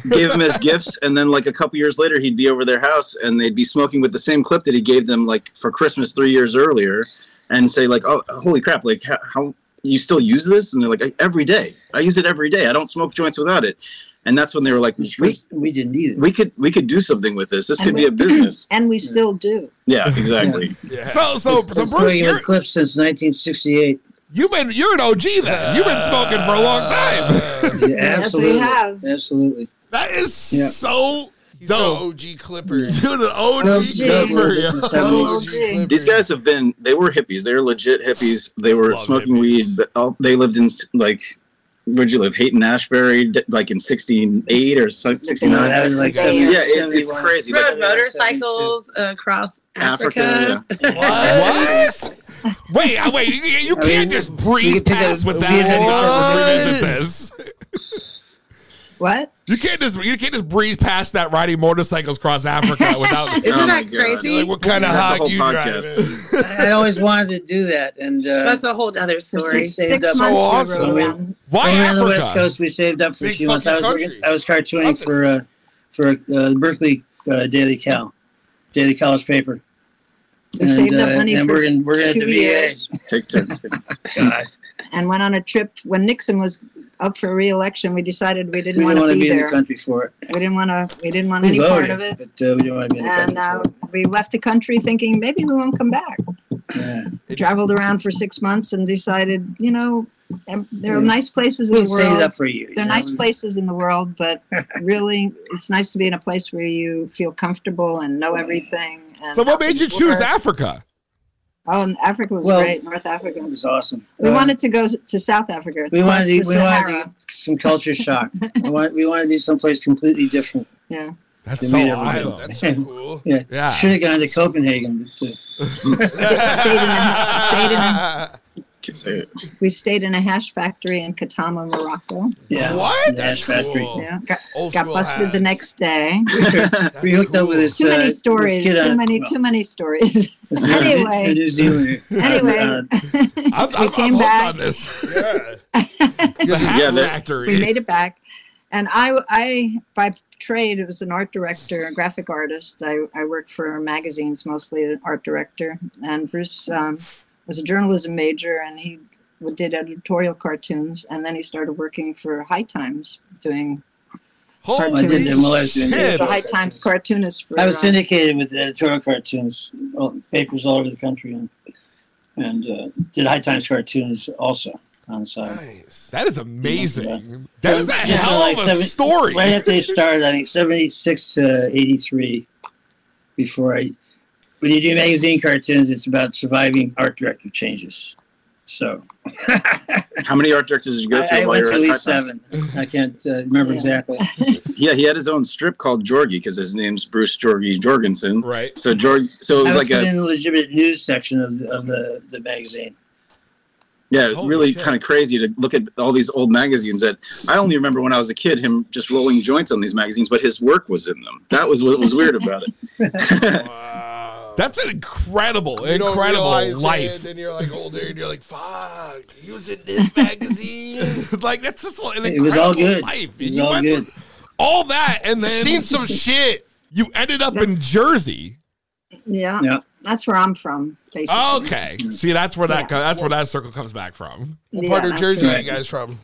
Speaker 5: gave him his gifts, and then like a couple years later, he'd be over their house, and they'd be smoking with the same clip that he gave them like for Christmas three years earlier, and say like, "Oh, holy crap! Like how, how you still use this?" And they're like, "I- "Every day, I use it every day. I don't smoke joints without it." And that's when they were like, "We
Speaker 6: We didn't either.
Speaker 5: we could we could do something with this. This
Speaker 8: And
Speaker 5: could
Speaker 8: we-
Speaker 5: be a business.
Speaker 8: And we still do.
Speaker 5: Yeah, exactly.
Speaker 3: Yeah.
Speaker 2: So, so, so
Speaker 6: Been
Speaker 2: Bruce,
Speaker 6: playing
Speaker 2: you're,
Speaker 6: with clips since 1968.
Speaker 2: you've been you're an OG then. You've been smoking for a
Speaker 3: Uh,
Speaker 2: long time.
Speaker 8: Yes,
Speaker 6: Yeah,
Speaker 8: we
Speaker 6: absolutely.
Speaker 8: have.
Speaker 6: Absolutely.
Speaker 2: That is
Speaker 6: Yeah.
Speaker 2: so
Speaker 3: He's the
Speaker 2: dope,
Speaker 3: OG Clipper.
Speaker 2: dude. An OG
Speaker 6: Well,
Speaker 8: yeah,
Speaker 2: Clipper, yo.
Speaker 8: Oh,
Speaker 6: Seventies.
Speaker 8: gee.
Speaker 5: These guys have been they were hippies. They were legit hippies. They were
Speaker 2: Love
Speaker 5: smoking
Speaker 2: hippies.
Speaker 5: weed, but all, they lived in like where'd you live? Hayton Ashbury, d- like in sixty eight or sixty
Speaker 6: No, that
Speaker 5: nine.
Speaker 6: was like
Speaker 8: Yeah,
Speaker 5: Yeah,
Speaker 6: 70,
Speaker 5: it, it's
Speaker 6: 71.
Speaker 5: crazy.
Speaker 6: Right.
Speaker 7: Rode
Speaker 5: Like,
Speaker 7: motorcycles across Africa.
Speaker 5: Africa,
Speaker 2: What? wait, I- wait! You, you
Speaker 6: I
Speaker 2: can't
Speaker 6: mean,
Speaker 2: just
Speaker 6: we
Speaker 2: breeze
Speaker 6: could take a-
Speaker 2: past with
Speaker 6: we could take
Speaker 2: that.
Speaker 6: a-
Speaker 2: Revisit this.
Speaker 8: What?
Speaker 2: You can't just you can't just breeze past that riding motorcycles across Africa without.
Speaker 7: Isn't
Speaker 5: Oh my
Speaker 7: that
Speaker 5: God.
Speaker 7: crazy?
Speaker 2: like, what kind of
Speaker 5: That's a
Speaker 2: hog
Speaker 5: whole
Speaker 2: you
Speaker 5: podcast.
Speaker 2: driving?
Speaker 6: I always wanted to do that, and uh,
Speaker 7: That's a whole other
Speaker 8: For
Speaker 7: story.
Speaker 8: six,
Speaker 6: saved
Speaker 8: six
Speaker 6: up.
Speaker 8: months
Speaker 5: Oh,
Speaker 2: So
Speaker 8: we
Speaker 6: awesome.
Speaker 8: rode around.
Speaker 2: Why
Speaker 6: When we were on the West
Speaker 2: Africa?
Speaker 6: Coast, we saved up for a
Speaker 3: Big
Speaker 6: few months. I was
Speaker 3: fucking
Speaker 6: working,
Speaker 3: country.
Speaker 6: I was
Speaker 3: Love
Speaker 6: cartooning
Speaker 3: it.
Speaker 6: for uh, for uh, Berkeley uh, Daily Cal, Daily College paper.
Speaker 8: We saved up money
Speaker 6: and
Speaker 8: for
Speaker 6: we're in, we're in at the
Speaker 8: two years
Speaker 5: yeah. Take turns. It
Speaker 6: VA. God,
Speaker 8: and went on a trip. When Nixon was up for re-election, we decided we
Speaker 6: we
Speaker 8: didn't
Speaker 6: didn't
Speaker 8: want to be
Speaker 6: in the
Speaker 8: there.
Speaker 6: country for it.
Speaker 8: We didn't want to. We didn't want
Speaker 6: We
Speaker 8: any part
Speaker 6: voted,
Speaker 8: of
Speaker 6: but
Speaker 8: it.
Speaker 6: uh, we didn't want to be in the country
Speaker 8: And uh,
Speaker 6: for it.
Speaker 8: we left the country thinking maybe we won't come back. uh,
Speaker 6: Yeah.
Speaker 8: Traveled around for six months and decided, you know, em- there are nice places in
Speaker 6: We
Speaker 8: the
Speaker 6: saved
Speaker 8: world.
Speaker 6: up for a year.
Speaker 8: There are
Speaker 6: you know,
Speaker 8: nice
Speaker 6: we-
Speaker 8: places in the world, but really, it's nice to be in a place where you feel comfortable and know everything. And
Speaker 2: So what made you choose Africa?
Speaker 8: Oh, and Africa was
Speaker 6: Well-
Speaker 8: great. North Africa.
Speaker 6: It was awesome.
Speaker 8: We
Speaker 6: Uh,
Speaker 8: wanted to go to South Africa.
Speaker 6: We
Speaker 8: across
Speaker 6: wanted to,
Speaker 8: the
Speaker 6: we wanted to
Speaker 8: Sahara.
Speaker 6: get some culture shock. we, want, we wanted to be someplace completely different.
Speaker 8: Yeah.
Speaker 2: That's
Speaker 6: They
Speaker 2: so
Speaker 6: made
Speaker 2: awesome.
Speaker 6: everything.
Speaker 3: That's so cool.
Speaker 2: Yeah.
Speaker 6: Should have gone to Copenhagen. But, uh,
Speaker 8: stayed in a- stayed in a-
Speaker 5: Can't say it.
Speaker 8: We stayed in a hash factory in Katama, Morocco.
Speaker 6: yeah,
Speaker 2: What?
Speaker 6: Nash factory.
Speaker 2: Oh,
Speaker 3: Cool.
Speaker 8: Yeah, got,
Speaker 3: Old
Speaker 8: got
Speaker 3: school
Speaker 8: busted the
Speaker 3: hash.
Speaker 8: next day.
Speaker 6: we hooked up with this.
Speaker 8: Too
Speaker 6: uh,
Speaker 8: many
Speaker 6: this
Speaker 8: stories.
Speaker 6: kid
Speaker 8: Too
Speaker 6: on-
Speaker 8: many.
Speaker 6: well,
Speaker 8: Too many stories.
Speaker 6: this kid on-
Speaker 8: Anyway.
Speaker 6: a New Zealander.
Speaker 8: Anyway.
Speaker 6: Uh,
Speaker 2: I'm, I'm, I'm
Speaker 8: came
Speaker 2: hooked
Speaker 8: back.
Speaker 2: on this.
Speaker 3: Yeah.
Speaker 2: The Hat
Speaker 5: Yeah, that-
Speaker 2: Factory.
Speaker 8: we made it back, and I, I by trade was an art director, a graphic artist. I, I worked for magazines mostly, an art director. And Bruce um, was a journalism major, and he did editorial cartoons, and then he started working for High Times doing
Speaker 2: Holy
Speaker 6: I did them while I was doing
Speaker 8: He was
Speaker 2: shit.
Speaker 8: the High Times cartoonist for.
Speaker 6: I was
Speaker 8: uh,
Speaker 6: syndicated with editorial cartoons, well, papers all over the country, and and uh, did High Times cartoons also on the side.
Speaker 3: Nice.
Speaker 2: That is amazing. That is a
Speaker 6: Just
Speaker 2: hell
Speaker 6: like
Speaker 2: of a
Speaker 6: seven-
Speaker 2: story.
Speaker 6: Right after they started, I think 76, uh, 83, before I. When you do magazine cartoons, it's about surviving art director changes. So
Speaker 5: How many art directors did you go
Speaker 6: I,
Speaker 5: through?
Speaker 6: I
Speaker 5: while
Speaker 6: went
Speaker 5: you were
Speaker 6: through
Speaker 5: at
Speaker 6: at least
Speaker 5: High Times?
Speaker 6: seven. I can't uh,
Speaker 8: Yeah.
Speaker 6: remember exactly.
Speaker 5: Yeah, he had his own strip called Jorgie because his name's Bruce Jorgie Jorgensen.
Speaker 2: Right.
Speaker 5: So Jorg, so it
Speaker 6: I
Speaker 5: was
Speaker 6: was
Speaker 5: like
Speaker 6: put
Speaker 5: a
Speaker 6: in the legitimate news section of the, of the, the magazine.
Speaker 5: Yeah, it
Speaker 2: Holy
Speaker 5: really
Speaker 2: shit.
Speaker 5: kind of crazy to look at all these old magazines that I only remember when I was a kid him just rolling joints on these magazines, but his work was in them. That was what was weird about it.
Speaker 3: Wow.
Speaker 2: That's an incredible,
Speaker 3: You don't
Speaker 2: incredible
Speaker 3: realize It,
Speaker 2: life.
Speaker 3: then you're like older and you're like, fuck, he was in this magazine.
Speaker 2: like that's just an
Speaker 6: It was all
Speaker 2: incredible
Speaker 6: good.
Speaker 2: Life.
Speaker 6: It was
Speaker 2: You
Speaker 6: all
Speaker 2: went
Speaker 6: good.
Speaker 2: through All that, and then
Speaker 3: Seen some shit.
Speaker 2: you ended up in Jersey.
Speaker 8: Yeah,
Speaker 6: Yeah.
Speaker 8: that's where I'm from. Basically.
Speaker 3: Oh,
Speaker 2: Okay, see that's where that
Speaker 8: Yeah.
Speaker 2: co- that's where that circle comes back from.
Speaker 3: What
Speaker 8: Yeah,
Speaker 3: part of
Speaker 8: that's
Speaker 3: Jersey
Speaker 8: where-
Speaker 3: are you guys from?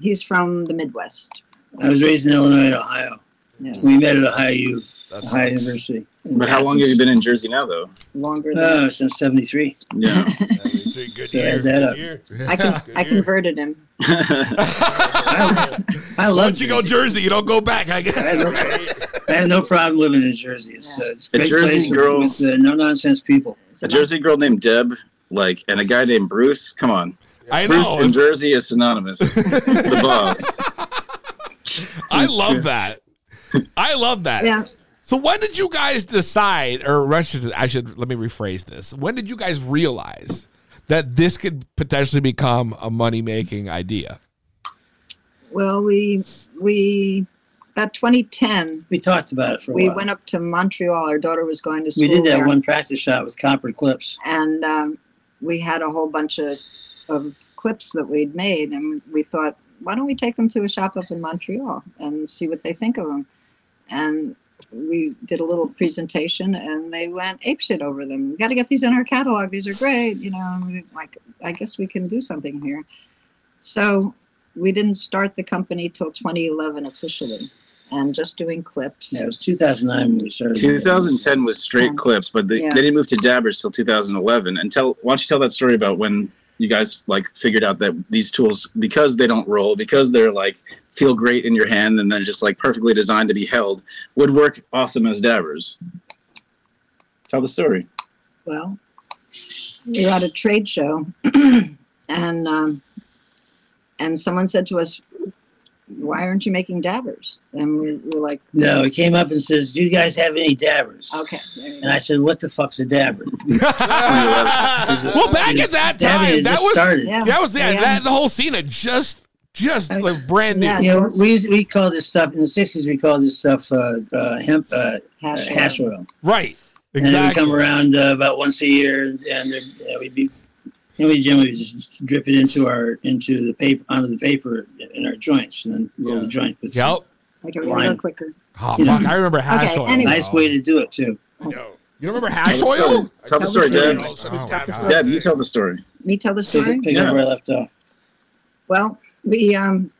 Speaker 8: He's from the Midwest.
Speaker 6: I was raised in Illinois and Ohio.
Speaker 8: Yeah.
Speaker 6: We met at Ohio U,
Speaker 3: That's
Speaker 6: Ohio University.
Speaker 5: but how long have you been in Jersey now, though?
Speaker 8: Longer than
Speaker 6: Oh, since '73.
Speaker 5: Yeah.
Speaker 3: Good good
Speaker 6: So add
Speaker 3: year.
Speaker 6: that
Speaker 3: Good
Speaker 6: up.
Speaker 3: year.
Speaker 8: I can. I converted him.
Speaker 6: I, I love
Speaker 2: Once you go Jersey, you don't go back. I
Speaker 6: I have,
Speaker 2: guess.
Speaker 6: no, I have no problem living in Jersey. It's, uh, it's a
Speaker 5: A
Speaker 6: great
Speaker 5: Jersey
Speaker 6: place with-
Speaker 5: girl-
Speaker 6: with uh, no nonsense people.
Speaker 8: It's
Speaker 5: a
Speaker 8: about-
Speaker 5: Jersey girl named Deb, like, and a guy named Bruce. Come on.
Speaker 2: I
Speaker 5: Bruce
Speaker 2: know.
Speaker 5: in Jersey is synonymous. the boss.
Speaker 2: I love that. I love that.
Speaker 8: Yeah.
Speaker 2: So when did you guys decide, or I should, I should let me rephrase this? When did you guys realize that this could potentially become a money making idea?
Speaker 8: Well, we we about 2010
Speaker 6: We talked about it for a
Speaker 8: we
Speaker 6: while.
Speaker 8: went up to Montreal. Our daughter was going to school.
Speaker 6: we did that
Speaker 8: there.
Speaker 6: one practice shot with copper clips.
Speaker 8: and um, we had a whole bunch of, of clips that we'd made, and we thought, why don't we take them to a shop up in Montreal and see what they think of them? And we did a little presentation, and they went apeshit over them. Got to get these in our catalog; these are great, you know. And we, like, I guess we can do something here. So we didn't start the company till 2011 officially, and just doing clips.
Speaker 6: Yeah, it was 2009 when we started.
Speaker 5: 2010 was straight clips, but they,
Speaker 8: Yeah.
Speaker 5: they didn't move to Dabbers till 2011. And tell, why don't you tell that story about when you guys like figured out that these tools, because they don't roll, because they're like feel great in your hand, and they're just like perfectly designed to be held, would work awesome as Dabbers. Tell the story.
Speaker 8: well, we were at a trade show, and um, and someone said to us, "Why aren't you making dabbers?" And we were like,
Speaker 6: No, he came up and says, "Do you guys have any dabbers?"
Speaker 8: "Okay." there you
Speaker 6: And I said, "What the fuck's a dabber?"
Speaker 2: well, back at that
Speaker 6: Dabbing
Speaker 2: time,
Speaker 6: had
Speaker 2: that
Speaker 6: just
Speaker 2: was
Speaker 6: started.
Speaker 8: Yeah.
Speaker 2: that was yeah,
Speaker 8: Yeah.
Speaker 2: that the whole scene had just just
Speaker 8: I-
Speaker 2: like brand new.
Speaker 8: yeah.
Speaker 6: You know, we we call this stuff in the '60s. We call this stuff uh, uh, hemp
Speaker 8: go.
Speaker 6: uh,
Speaker 8: Hash
Speaker 6: hash
Speaker 8: oil.
Speaker 6: oil.
Speaker 2: Right.
Speaker 6: And then we
Speaker 2: Exactly.
Speaker 6: come around uh, about once a year, and, and then, yeah, we'd be, and we generally just drip it into our into the paper onto the paper in our joints, and then roll the joint with some-
Speaker 2: Yep.
Speaker 8: Like it was a
Speaker 6: Wine.
Speaker 8: little quicker.
Speaker 2: Oh,
Speaker 6: You know.
Speaker 2: fuck. I remember hash
Speaker 8: Okay,
Speaker 2: oil.
Speaker 8: anyway.
Speaker 6: nice way to do it too.
Speaker 3: No.
Speaker 2: You remember hash
Speaker 5: Tell the
Speaker 2: oil?
Speaker 5: story. Tell the story, Deb. Deb, you tell the story.
Speaker 8: Me tell the
Speaker 6: Pick,
Speaker 8: story.
Speaker 6: pick
Speaker 5: Yeah.
Speaker 6: up where I left off.
Speaker 8: Well, we um,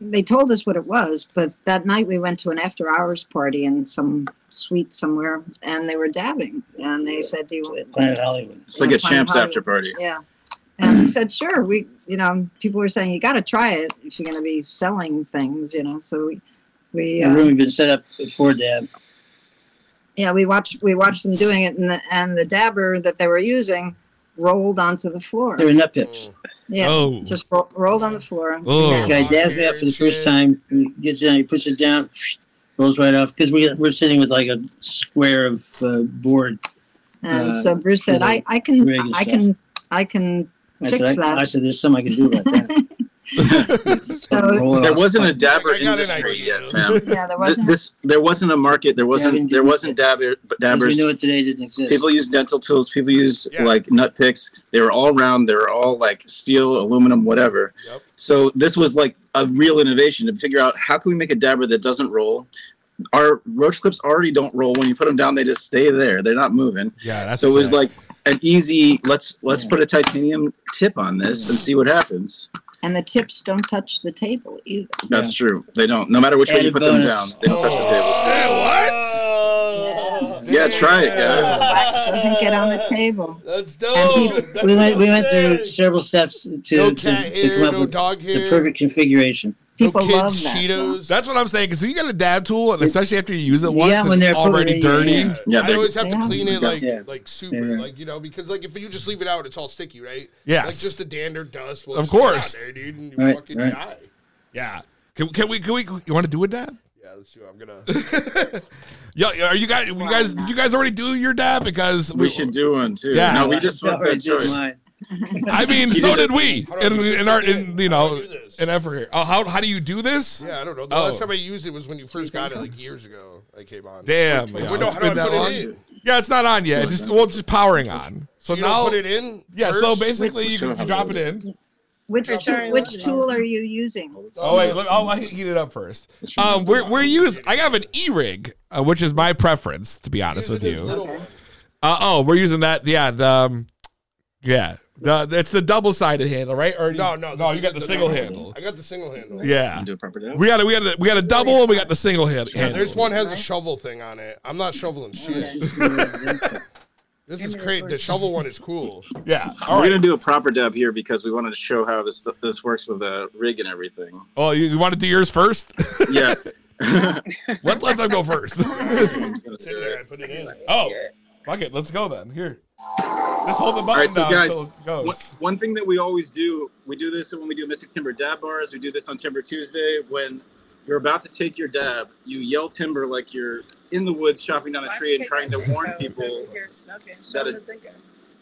Speaker 8: they told us what it was, but that night we went to an after hours party in some suite somewhere, and they were dabbing, and they said, "Do you
Speaker 6: Planet Hollywood.
Speaker 5: It's like a
Speaker 8: Fine
Speaker 5: champs
Speaker 8: party.
Speaker 5: after party.
Speaker 8: Yeah. And I said, sure, we, you know, people were saying, you got to try it if you're going to be selling things, you know. So we, we
Speaker 6: The room
Speaker 8: uh,
Speaker 6: had been set up before Dab.
Speaker 8: yeah, we watched, we watched them doing it, and the, and the dabber that they were using rolled onto the floor.
Speaker 6: They were nut pips.
Speaker 8: Yeah,
Speaker 2: Oh.
Speaker 8: just ro- rolled on the floor.
Speaker 2: Oh.
Speaker 8: Yeah.
Speaker 6: This guy dabs me up for the first time, gets down, he puts it down, rolls right off. Because we, we're sitting with like a square of uh, board.
Speaker 8: And
Speaker 6: Uh,
Speaker 8: so Bruce said, I, I can,
Speaker 6: Reagan
Speaker 8: I
Speaker 6: stuff.
Speaker 8: can, I can.
Speaker 6: I
Speaker 8: Fix
Speaker 6: said, I,
Speaker 8: that.
Speaker 6: I said, there's something I can do about that.
Speaker 8: So
Speaker 6: Roll it
Speaker 5: There
Speaker 6: off.
Speaker 5: wasn't a dabber
Speaker 3: I got an
Speaker 5: industry
Speaker 3: idea.
Speaker 5: yet, fam.
Speaker 8: yeah, there
Speaker 5: This,
Speaker 8: wasn't.
Speaker 5: this- there wasn't a market. There wasn't
Speaker 6: Dabbing
Speaker 5: there
Speaker 6: didn't
Speaker 5: wasn't dabber,
Speaker 6: As we
Speaker 5: dabbers.
Speaker 6: knew it today didn't exist.
Speaker 5: People used dental tools. People used
Speaker 3: Yeah.
Speaker 5: like nut picks. They were all round. They were all like steel, aluminum, whatever.
Speaker 3: Yep.
Speaker 5: So this was like a real innovation to figure out how can we make a dabber that doesn't roll. Our roach clips already don't roll. When you put them down, they just stay there. They're not moving.
Speaker 2: Yeah, that's
Speaker 5: so it was
Speaker 2: sick.
Speaker 5: like an easy. Let's let's
Speaker 6: Yeah.
Speaker 5: put a titanium tip on this and see what happens.
Speaker 8: And the tips don't touch the table either.
Speaker 5: That's true. They don't. No matter which way you
Speaker 6: Added
Speaker 5: put them
Speaker 6: bonus.
Speaker 5: down, they don't touch the table.
Speaker 2: Oh.
Speaker 8: Yeah.
Speaker 5: Yeah, try it, guys.
Speaker 8: Wax doesn't get on the table.
Speaker 2: That's
Speaker 8: And
Speaker 3: Oh,
Speaker 8: he,
Speaker 6: we went, we went through several steps to,
Speaker 3: No
Speaker 6: to,
Speaker 3: cat
Speaker 6: to
Speaker 3: hair,
Speaker 6: come up
Speaker 3: no
Speaker 6: with
Speaker 3: dog
Speaker 6: the
Speaker 3: hair.
Speaker 6: perfect configuration.
Speaker 8: people
Speaker 3: kids,
Speaker 8: love that.
Speaker 3: Cheetos.
Speaker 2: That's what I'm saying. Because you got a dab tool, and especially after you use it once,
Speaker 6: Yeah, when
Speaker 2: it's
Speaker 6: they're putting
Speaker 2: already
Speaker 6: it in your
Speaker 2: dirty.
Speaker 6: hand.
Speaker 5: Yeah,
Speaker 3: I
Speaker 5: they,
Speaker 3: always have to
Speaker 8: Yeah.
Speaker 3: clean it like
Speaker 6: Yeah.
Speaker 3: like super,
Speaker 6: Yeah.
Speaker 3: like you know, because like if you just leave it out, it's all sticky, right?
Speaker 2: Yes.
Speaker 3: Like just the dander dust. Will
Speaker 2: Of
Speaker 3: just get out
Speaker 2: course.
Speaker 3: there, dude, and you
Speaker 6: Right,
Speaker 3: fucking
Speaker 6: right.
Speaker 3: die.
Speaker 2: Yeah. Can, can we? Can we? You want to do a dab?
Speaker 3: Yeah, let's do. it. I'm gonna.
Speaker 2: Yo, are you guys? You guys? Did you guys already do your dab? Because
Speaker 5: we should do one too.
Speaker 2: Yeah.
Speaker 5: No, we just
Speaker 6: I
Speaker 5: want that
Speaker 6: did
Speaker 5: choice.
Speaker 6: mine.
Speaker 2: I mean, so did we.
Speaker 3: How do I
Speaker 2: In,
Speaker 3: do this
Speaker 2: in our,
Speaker 3: again?
Speaker 2: in you
Speaker 3: How do I
Speaker 2: know,
Speaker 3: do this?
Speaker 2: in effort here. Oh, how how do you do this?
Speaker 3: Yeah, I don't know. The
Speaker 2: Oh.
Speaker 3: last time I used it was when you first got it, like years ago. I came on.
Speaker 2: Damn.
Speaker 3: Like,
Speaker 2: yo,
Speaker 3: wait, no,
Speaker 2: it's
Speaker 3: how do I
Speaker 2: been that
Speaker 3: put it
Speaker 2: long.
Speaker 3: in?
Speaker 2: Yeah, it's not on yet. It just well, it's just powering on. So
Speaker 3: So you
Speaker 2: now,
Speaker 3: don't put it in.
Speaker 2: yeah. So
Speaker 3: first?
Speaker 2: basically, you,
Speaker 5: Show
Speaker 2: can, you
Speaker 5: how
Speaker 2: drop
Speaker 5: to
Speaker 2: it
Speaker 5: do
Speaker 2: in.
Speaker 8: Which
Speaker 7: trying
Speaker 8: which
Speaker 7: to-
Speaker 8: tool are you using?
Speaker 2: Oh wait, let, I'll let you heat it up first. Um, we're we're using. I have an e rig, uh, which is my preference, to be honest with
Speaker 3: This
Speaker 2: you.
Speaker 3: little one.
Speaker 2: Uh oh, we're using that. Yeah, the um, yeah, the it's the double sided handle, right? Or
Speaker 3: No, no,
Speaker 2: no,
Speaker 3: this
Speaker 2: you
Speaker 3: is
Speaker 2: got the single handle.
Speaker 3: I got the single handle.
Speaker 2: Yeah,
Speaker 5: Do a proper dab.
Speaker 2: we got a we got a we got a double and we got the single hand.
Speaker 3: Yeah, there's
Speaker 2: handle.
Speaker 3: one has a shovel thing on it. I'm not shoveling
Speaker 6: Oh,
Speaker 3: shit. This is crazy. The shovel one is cool.
Speaker 2: Yeah.
Speaker 5: Oh, We're
Speaker 2: All right.
Speaker 5: gonna do a proper dab here because we wanted to show how this this works with a rig and everything.
Speaker 2: Oh, you, you want to do yours first?
Speaker 5: Yeah.
Speaker 2: let let them go first.
Speaker 5: I'm just gonna
Speaker 3: It's in
Speaker 5: do
Speaker 3: there. I
Speaker 5: it.
Speaker 3: put it in.
Speaker 2: oh, fuck it. Let's go then. Here. Just hold the button
Speaker 5: All right, so
Speaker 2: down
Speaker 5: guys,
Speaker 2: until it goes.
Speaker 5: one, one thing that we always do, we do this when we do Mystic Timber Dab Bars. We do this on Timber Tuesday. When you're about to take your dab, you yell timber like you're in the woods chopping down a tree and trying to warn people. Show them the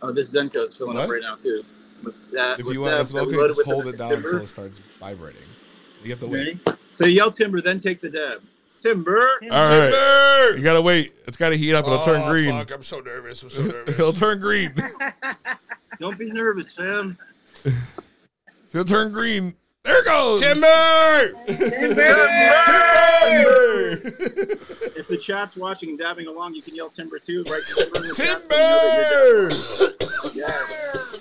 Speaker 5: Oh, this Zenko's filling up
Speaker 2: What?
Speaker 5: right now too. With that,
Speaker 2: If
Speaker 5: with
Speaker 2: you want
Speaker 5: that,
Speaker 2: to
Speaker 5: that
Speaker 2: smoke
Speaker 5: we
Speaker 2: it,
Speaker 5: loaded
Speaker 2: just
Speaker 5: with the
Speaker 2: hold it
Speaker 5: Mystic
Speaker 2: down
Speaker 5: Timber.
Speaker 2: until it starts vibrating. You have to wait.
Speaker 5: Ready? So you yell timber, then take the dab. Timber.
Speaker 2: All right, you gotta wait. It's gotta heat up. It'll turn
Speaker 3: Oh,
Speaker 2: green.
Speaker 3: Fuck, I'm so nervous. I'm so nervous.
Speaker 2: It'll turn green.
Speaker 5: Don't be nervous, fam.
Speaker 2: It'll turn green. There it goes.
Speaker 3: Timber!
Speaker 5: If the chat's watching and dabbing along, you can yell timber too. Right? Timber. In the chat so we know that you're
Speaker 2: Timber.
Speaker 5: dabbing. Yes.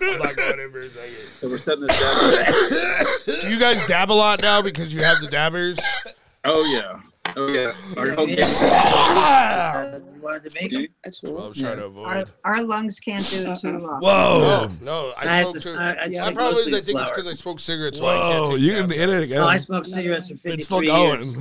Speaker 3: I'm not going in for a second.
Speaker 5: So we're setting this dab. back.
Speaker 3: Do you guys dab a lot now because you have the dabbers?
Speaker 5: Oh yeah. Oh yeah. Our whole
Speaker 6: Yeah.
Speaker 5: gang-
Speaker 6: Uh, we wanted to make 'em. That's
Speaker 3: Well,
Speaker 6: cool.
Speaker 3: I'm trying to
Speaker 8: Our,
Speaker 3: avoid.
Speaker 8: our lungs can't do it too long.
Speaker 2: Uh-huh. Whoa.
Speaker 3: No, no,
Speaker 6: I
Speaker 3: I
Speaker 6: had
Speaker 3: smoked.
Speaker 6: to
Speaker 3: cig-
Speaker 6: smoke- I
Speaker 3: My
Speaker 6: smoked
Speaker 3: problem is
Speaker 6: mostly
Speaker 3: I think it's
Speaker 6: flour.
Speaker 3: because I smoke cigaretes. So I can't
Speaker 2: Whoa.
Speaker 3: take
Speaker 2: You can
Speaker 3: dabs.
Speaker 2: hit it again.
Speaker 6: No, Oh, I smoked cigarettes for
Speaker 2: it's still
Speaker 6: 53
Speaker 2: going.
Speaker 6: years.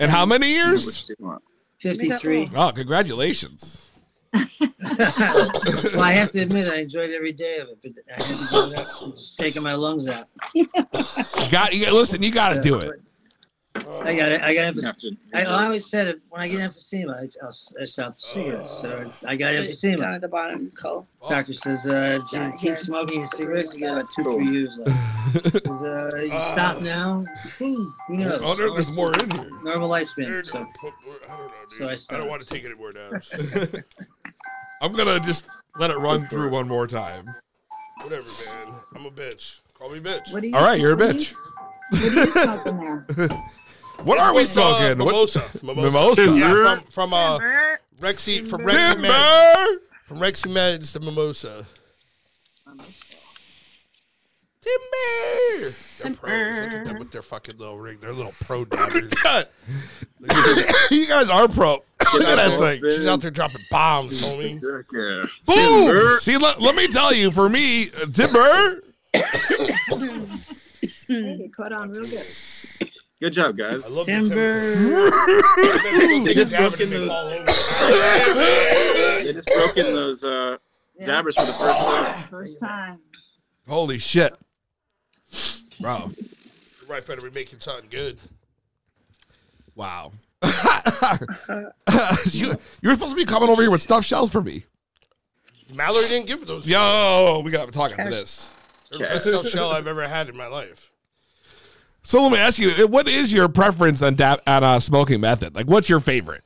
Speaker 2: And how many years?
Speaker 5: Which do you want?
Speaker 6: 53.
Speaker 2: Oh, congratulations.
Speaker 6: well, I have to admit, I enjoyed every day of it, but I had to give it up. I'm just taking my lungs out.
Speaker 2: You got you, listen, you gotta do it.
Speaker 6: I got I got
Speaker 5: You
Speaker 6: emphysema.
Speaker 5: have to-
Speaker 6: I always said it, when I get emphysema, I, I'll, I stop the cigarettes. So I got
Speaker 7: Down
Speaker 6: emphysema.
Speaker 7: at the bottom, Cole.
Speaker 6: Doctor says, uh, if you keep smoking your cigarettes, you got about two, three years left. He says, uh, you stop now, who knows?
Speaker 2: Oh, there- there's more in here.
Speaker 6: Normal lifespan.
Speaker 3: Dude,
Speaker 6: So
Speaker 3: I don't know, dude.
Speaker 6: So I
Speaker 3: I,
Speaker 6: stopped.
Speaker 3: don't want to take any more dabs.
Speaker 2: I'm gonna just let it run through one more time.
Speaker 3: Whatever, man. I'm a bitch. Call me bitch.
Speaker 8: What do you
Speaker 2: All right, you're a
Speaker 8: what do you-
Speaker 2: bitch.
Speaker 8: What are you smoking there?
Speaker 2: What are we
Speaker 3: It's from, uh,
Speaker 2: smoking? What-
Speaker 3: Mimosa.
Speaker 2: Mimosa.
Speaker 3: Yeah, from, from uh,
Speaker 7: Remember?
Speaker 3: Rexy, from Rexy Meds.
Speaker 2: Timber.
Speaker 3: From Rexy Meds to Mimosa.
Speaker 2: Timber.
Speaker 3: They're pros. Look at them with their fucking little rig. They're little pro dabbers.
Speaker 2: Cut. you guys are pro. Look at that thing.
Speaker 3: She's out there dropping bombs, homie.
Speaker 5: Circa.
Speaker 2: Boom.
Speaker 5: Timber.
Speaker 2: See, let, let me tell you, for me, uh, Timber.
Speaker 8: Hey,
Speaker 2: Hmm.
Speaker 8: you caught on real good.
Speaker 5: Good job, guys.
Speaker 3: I love the
Speaker 6: timber.
Speaker 3: timber.
Speaker 5: They just
Speaker 3: Dab it
Speaker 5: broke
Speaker 3: and
Speaker 5: in
Speaker 3: they
Speaker 5: those.
Speaker 3: fall over.
Speaker 5: They just broke in those uh,
Speaker 8: Yeah.
Speaker 5: dabbers for the first time.
Speaker 8: First time.
Speaker 2: Holy shit. Bro.
Speaker 3: Right, better be making something good.
Speaker 2: Wow. you, you were supposed to be coming over here with stuffed shells for me.
Speaker 3: Mallory didn't give those.
Speaker 2: Yo, Oh, we gotta talk about this.
Speaker 3: They're the best stuffed shell I've ever had in my life.
Speaker 2: So let me ask you, eh, what is your preference on dab, on uh, smoking method? Like, what's your favorite?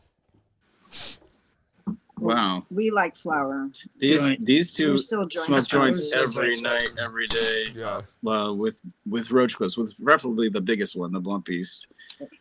Speaker 5: Wow.
Speaker 8: We like flour.
Speaker 5: These
Speaker 6: Joint.
Speaker 5: these two
Speaker 8: We're still joint
Speaker 5: smoke joints
Speaker 8: smokers.
Speaker 5: every night, every day.
Speaker 3: Yeah.
Speaker 5: Uh, with with roach clips, with preferably the biggest one, the blunt beast.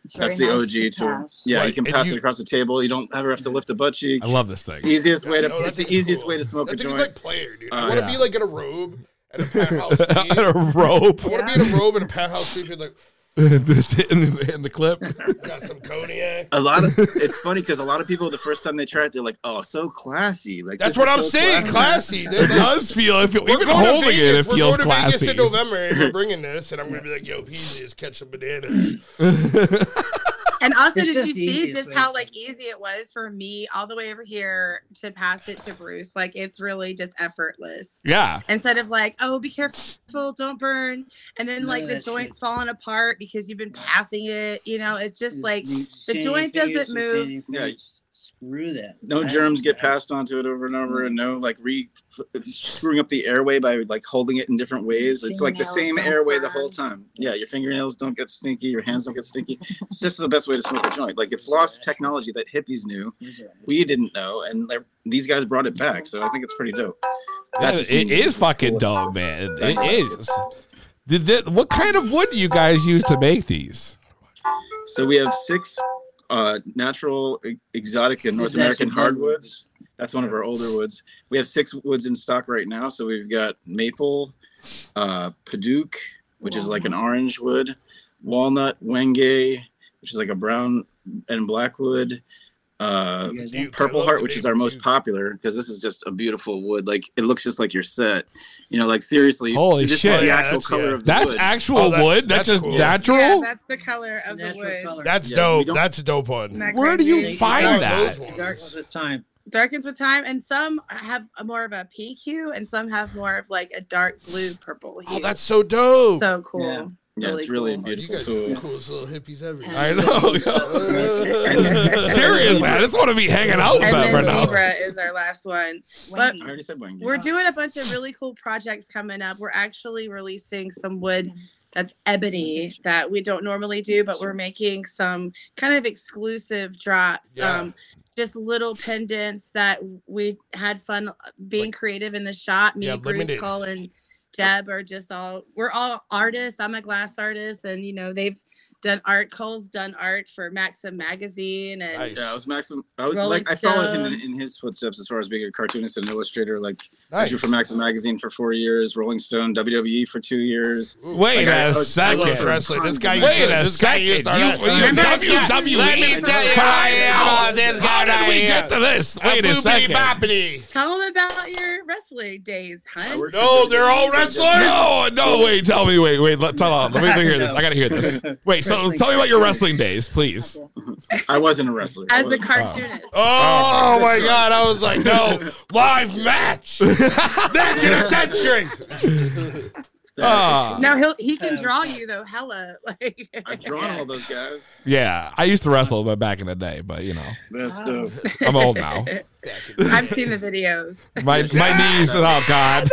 Speaker 8: It's very
Speaker 5: That's the
Speaker 8: nice
Speaker 5: OG
Speaker 8: to
Speaker 5: tool.
Speaker 8: pass.
Speaker 5: Yeah, you
Speaker 2: Right,
Speaker 5: can
Speaker 2: and
Speaker 5: pass
Speaker 2: you-
Speaker 5: it across the table. You don't ever have to lift a butt cheek.
Speaker 2: I love this thing.
Speaker 5: It's the easiest way to.
Speaker 3: No, that
Speaker 5: it's the
Speaker 3: thing's Oh,
Speaker 5: easiest
Speaker 3: cool.
Speaker 5: way to smoke a
Speaker 3: That thing's
Speaker 5: joint.
Speaker 3: like player, dude. I
Speaker 5: Uh,
Speaker 3: want to
Speaker 2: yeah.
Speaker 3: be like in a robe and a penthouse.
Speaker 2: and
Speaker 3: suite.
Speaker 2: a rope
Speaker 3: I want to be in a robe and a penthouse suite, being like,
Speaker 2: just hitting, hitting the clip.
Speaker 3: I got some cognac.
Speaker 5: A lot of it's funny because a lot of people the first time they try it, they're like, "Oh, so classy!" Like
Speaker 3: That's
Speaker 5: this
Speaker 3: what
Speaker 5: is
Speaker 3: I'm
Speaker 5: so
Speaker 3: saying. Classy. They're
Speaker 2: It
Speaker 3: like,
Speaker 2: does feel, if it,
Speaker 3: we're
Speaker 2: even
Speaker 3: going to
Speaker 2: holding it,
Speaker 3: Vegas.
Speaker 2: it feels
Speaker 3: We're going to Vegas
Speaker 2: classy.
Speaker 3: in November, and we're bringing this, and I'm going to be like, "Yo, Peasy, just catch some bananas."
Speaker 7: And also,
Speaker 6: It's
Speaker 7: did
Speaker 6: just
Speaker 7: you
Speaker 6: the
Speaker 7: see
Speaker 6: easiest
Speaker 7: just
Speaker 6: way
Speaker 7: how
Speaker 6: to-
Speaker 7: like easy it was for me all the way over here to pass it to Bruce? Like it's really just effortless.
Speaker 2: Yeah.
Speaker 7: Instead of like, oh, be careful, don't burn, and then
Speaker 6: None
Speaker 7: like
Speaker 6: of
Speaker 7: the
Speaker 6: that
Speaker 7: joints
Speaker 6: shit.
Speaker 7: falling apart because you've been passing it. You know, it's just like
Speaker 6: You
Speaker 7: the
Speaker 6: sand
Speaker 7: joint
Speaker 6: your
Speaker 7: doesn't
Speaker 6: fingers and
Speaker 7: move.
Speaker 6: sand your
Speaker 5: Yeah.
Speaker 6: fingers. Screw that.
Speaker 5: No
Speaker 6: I-
Speaker 5: germs get passed onto it over and over, and no like re screwing up the airway by like holding it in different ways. It's like the same
Speaker 8: Fingernails don't
Speaker 5: airway the
Speaker 8: burn.
Speaker 5: whole time. Yeah, your fingernails don't get stinky, your hands don't get stinky. It's just the best way to smoke a joint. Like it's lost technology that hippies knew, we didn't know, and they're- these guys brought it back. So I think it's pretty dope. That just
Speaker 2: it
Speaker 5: means it's
Speaker 2: is fucking
Speaker 5: cool.
Speaker 2: dope, man. It is. Did that, what kind of wood do you guys use to make these?
Speaker 5: So we have six uh, natural, e- exotic, and North
Speaker 6: These natural
Speaker 5: American hardwoods. That's one of our older woods. We have six woods in stock right now. So we've got maple, uh, paduke, which is like an orange wood, walnut, wenge, which is like a brown and black wood, uh,
Speaker 6: You guys
Speaker 3: You- I
Speaker 5: Purple
Speaker 3: love
Speaker 5: Heart,
Speaker 3: the
Speaker 5: which is
Speaker 3: name
Speaker 5: our most
Speaker 3: you-
Speaker 5: popular, because this is just a beautiful wood. Like it looks just like your set. You know, like seriously,
Speaker 2: Holy
Speaker 5: this is
Speaker 2: shit.
Speaker 5: The
Speaker 3: Yeah,
Speaker 5: actual
Speaker 3: that's-
Speaker 5: color
Speaker 3: yeah.
Speaker 5: of the
Speaker 2: That's
Speaker 5: wood.
Speaker 2: actual
Speaker 3: Oh, that-
Speaker 2: wood. That's,
Speaker 3: that's
Speaker 2: just
Speaker 3: cool.
Speaker 2: natural.
Speaker 7: Yeah, that's the color
Speaker 6: It's a
Speaker 7: of the
Speaker 6: natural
Speaker 7: wood.
Speaker 6: color.
Speaker 3: That's
Speaker 5: Yeah, we
Speaker 3: dope.
Speaker 5: don't-
Speaker 3: That's a dope one.
Speaker 7: Not
Speaker 2: Where do
Speaker 7: granular.
Speaker 2: you find that?
Speaker 6: It darkens with time.
Speaker 7: Darkens with time, and some have a more of a pink hue, and some have more of like a dark blue purple hue.
Speaker 3: Oh, that's so dope.
Speaker 7: so cool.
Speaker 6: Yeah.
Speaker 5: yeah, it's
Speaker 7: really
Speaker 5: really
Speaker 7: cool.
Speaker 3: you
Speaker 5: beautiful
Speaker 3: guys
Speaker 5: tool.
Speaker 3: are the coolest little hippies ever.
Speaker 2: I know. Seriously, I just want to be hanging out with
Speaker 7: And
Speaker 2: them
Speaker 7: then
Speaker 2: right now.
Speaker 7: Zebra is our last one. But
Speaker 5: I already said Wang.
Speaker 7: We're doing a bunch of really cool projects coming up. We're actually releasing some wood that's ebony that we don't normally do, but we're making some kind of exclusive drops.
Speaker 3: Yeah.
Speaker 7: Um, just little pendants that we had fun uh, being creative in the shop. Me,
Speaker 3: Yeah,
Speaker 7: Bruce,
Speaker 3: limited.
Speaker 7: Cole, and Deb are just all we're all artists. I'm a glass artist, and you know they've done art. Cole's done art for Maxim magazine, and
Speaker 3: Nice.
Speaker 5: Yeah, I was Maxim. I was
Speaker 7: Rolling
Speaker 5: like, I followed him
Speaker 7: Stone.
Speaker 5: in, in his footsteps as far as being a cartoonist and illustrator. Like, I
Speaker 3: Nice.
Speaker 5: drew for Maxim magazine for four years, Rolling Stone, WWE for two years.
Speaker 2: Wait
Speaker 5: Like, I- I
Speaker 2: a
Speaker 5: was- I
Speaker 2: second.
Speaker 5: love
Speaker 3: Wrestling. This guy used
Speaker 2: Wait
Speaker 3: to-
Speaker 2: a
Speaker 3: this guy
Speaker 2: second. You,
Speaker 3: used
Speaker 2: you, E.
Speaker 3: to- All right.
Speaker 2: WWE.
Speaker 9: Let me
Speaker 2: Let
Speaker 9: tell you about this guy
Speaker 2: How did we
Speaker 9: right
Speaker 2: get to this? Wait a second.
Speaker 7: tell them about your wrestling days,
Speaker 5: I
Speaker 7: hun.
Speaker 5: worked
Speaker 2: No,
Speaker 5: for WWE.
Speaker 2: they're all wrestlers. No, no, wait. Tell me. Wait, wait. Let, tell on. Let me let me hear this.
Speaker 6: No.
Speaker 2: I gotta hear this. Wait. So
Speaker 6: Wrestling
Speaker 2: tell me about your wrestling days, please.
Speaker 5: I wasn't a wrestler. I
Speaker 7: As a
Speaker 5: wasn't.
Speaker 7: cartoonist.
Speaker 2: Oh my God! I was like, no live match, match in a century. Ah.
Speaker 7: No, he'll he can
Speaker 6: Um,
Speaker 7: draw you though, hella. Like
Speaker 5: I've drawn all those guys.
Speaker 2: Yeah, I used to wrestle, but back in the day. But you know,
Speaker 5: That's dope.
Speaker 2: I'm old now.
Speaker 7: I've seen the videos.
Speaker 2: My my knees. Oh God.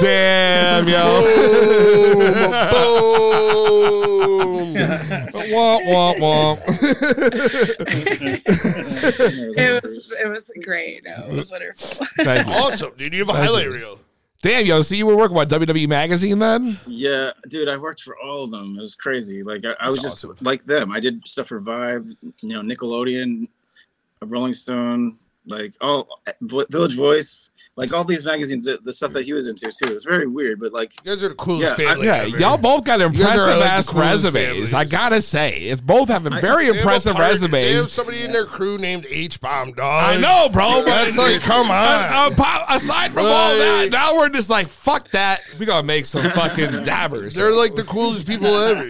Speaker 2: Damn, yo.
Speaker 3: Boom.
Speaker 2: womp womp womp.
Speaker 7: It was it was great. No, it was wonderful.
Speaker 2: Thank you.
Speaker 3: awesome, dude. You have a
Speaker 2: Thank
Speaker 3: highlight
Speaker 2: you.
Speaker 3: reel.
Speaker 2: Damn, yo. So you were working with WWE magazine then?
Speaker 5: Yeah, dude, I worked for all of them. It was crazy. Like I, I was just like them. I did stuff for Vibe, you know, Nickelodeon, Rolling Stone, like all Vo- Village Voice, like all these magazines. The, the stuff that he was into too. It was very weird, but like
Speaker 3: You guys are the coolest
Speaker 5: Yeah, I-
Speaker 3: family.
Speaker 2: yeah,
Speaker 3: ever.
Speaker 2: y'all both got impressive
Speaker 3: like, the
Speaker 2: ass
Speaker 3: coolest
Speaker 2: resumes.
Speaker 3: families.
Speaker 2: I gotta say, it's both having
Speaker 5: I-
Speaker 2: very
Speaker 3: They have a
Speaker 2: impressive
Speaker 3: part- They have
Speaker 2: resumes.
Speaker 3: somebody in their crew named H Bomb Dog.
Speaker 2: I know, bro. But
Speaker 3: That's like, come on.
Speaker 2: Uh, uh, pop- aside from all that,
Speaker 3: Like-
Speaker 2: now we're just like, fuck that. We gotta make some fucking dabbers.
Speaker 3: They're like the coolest people ever.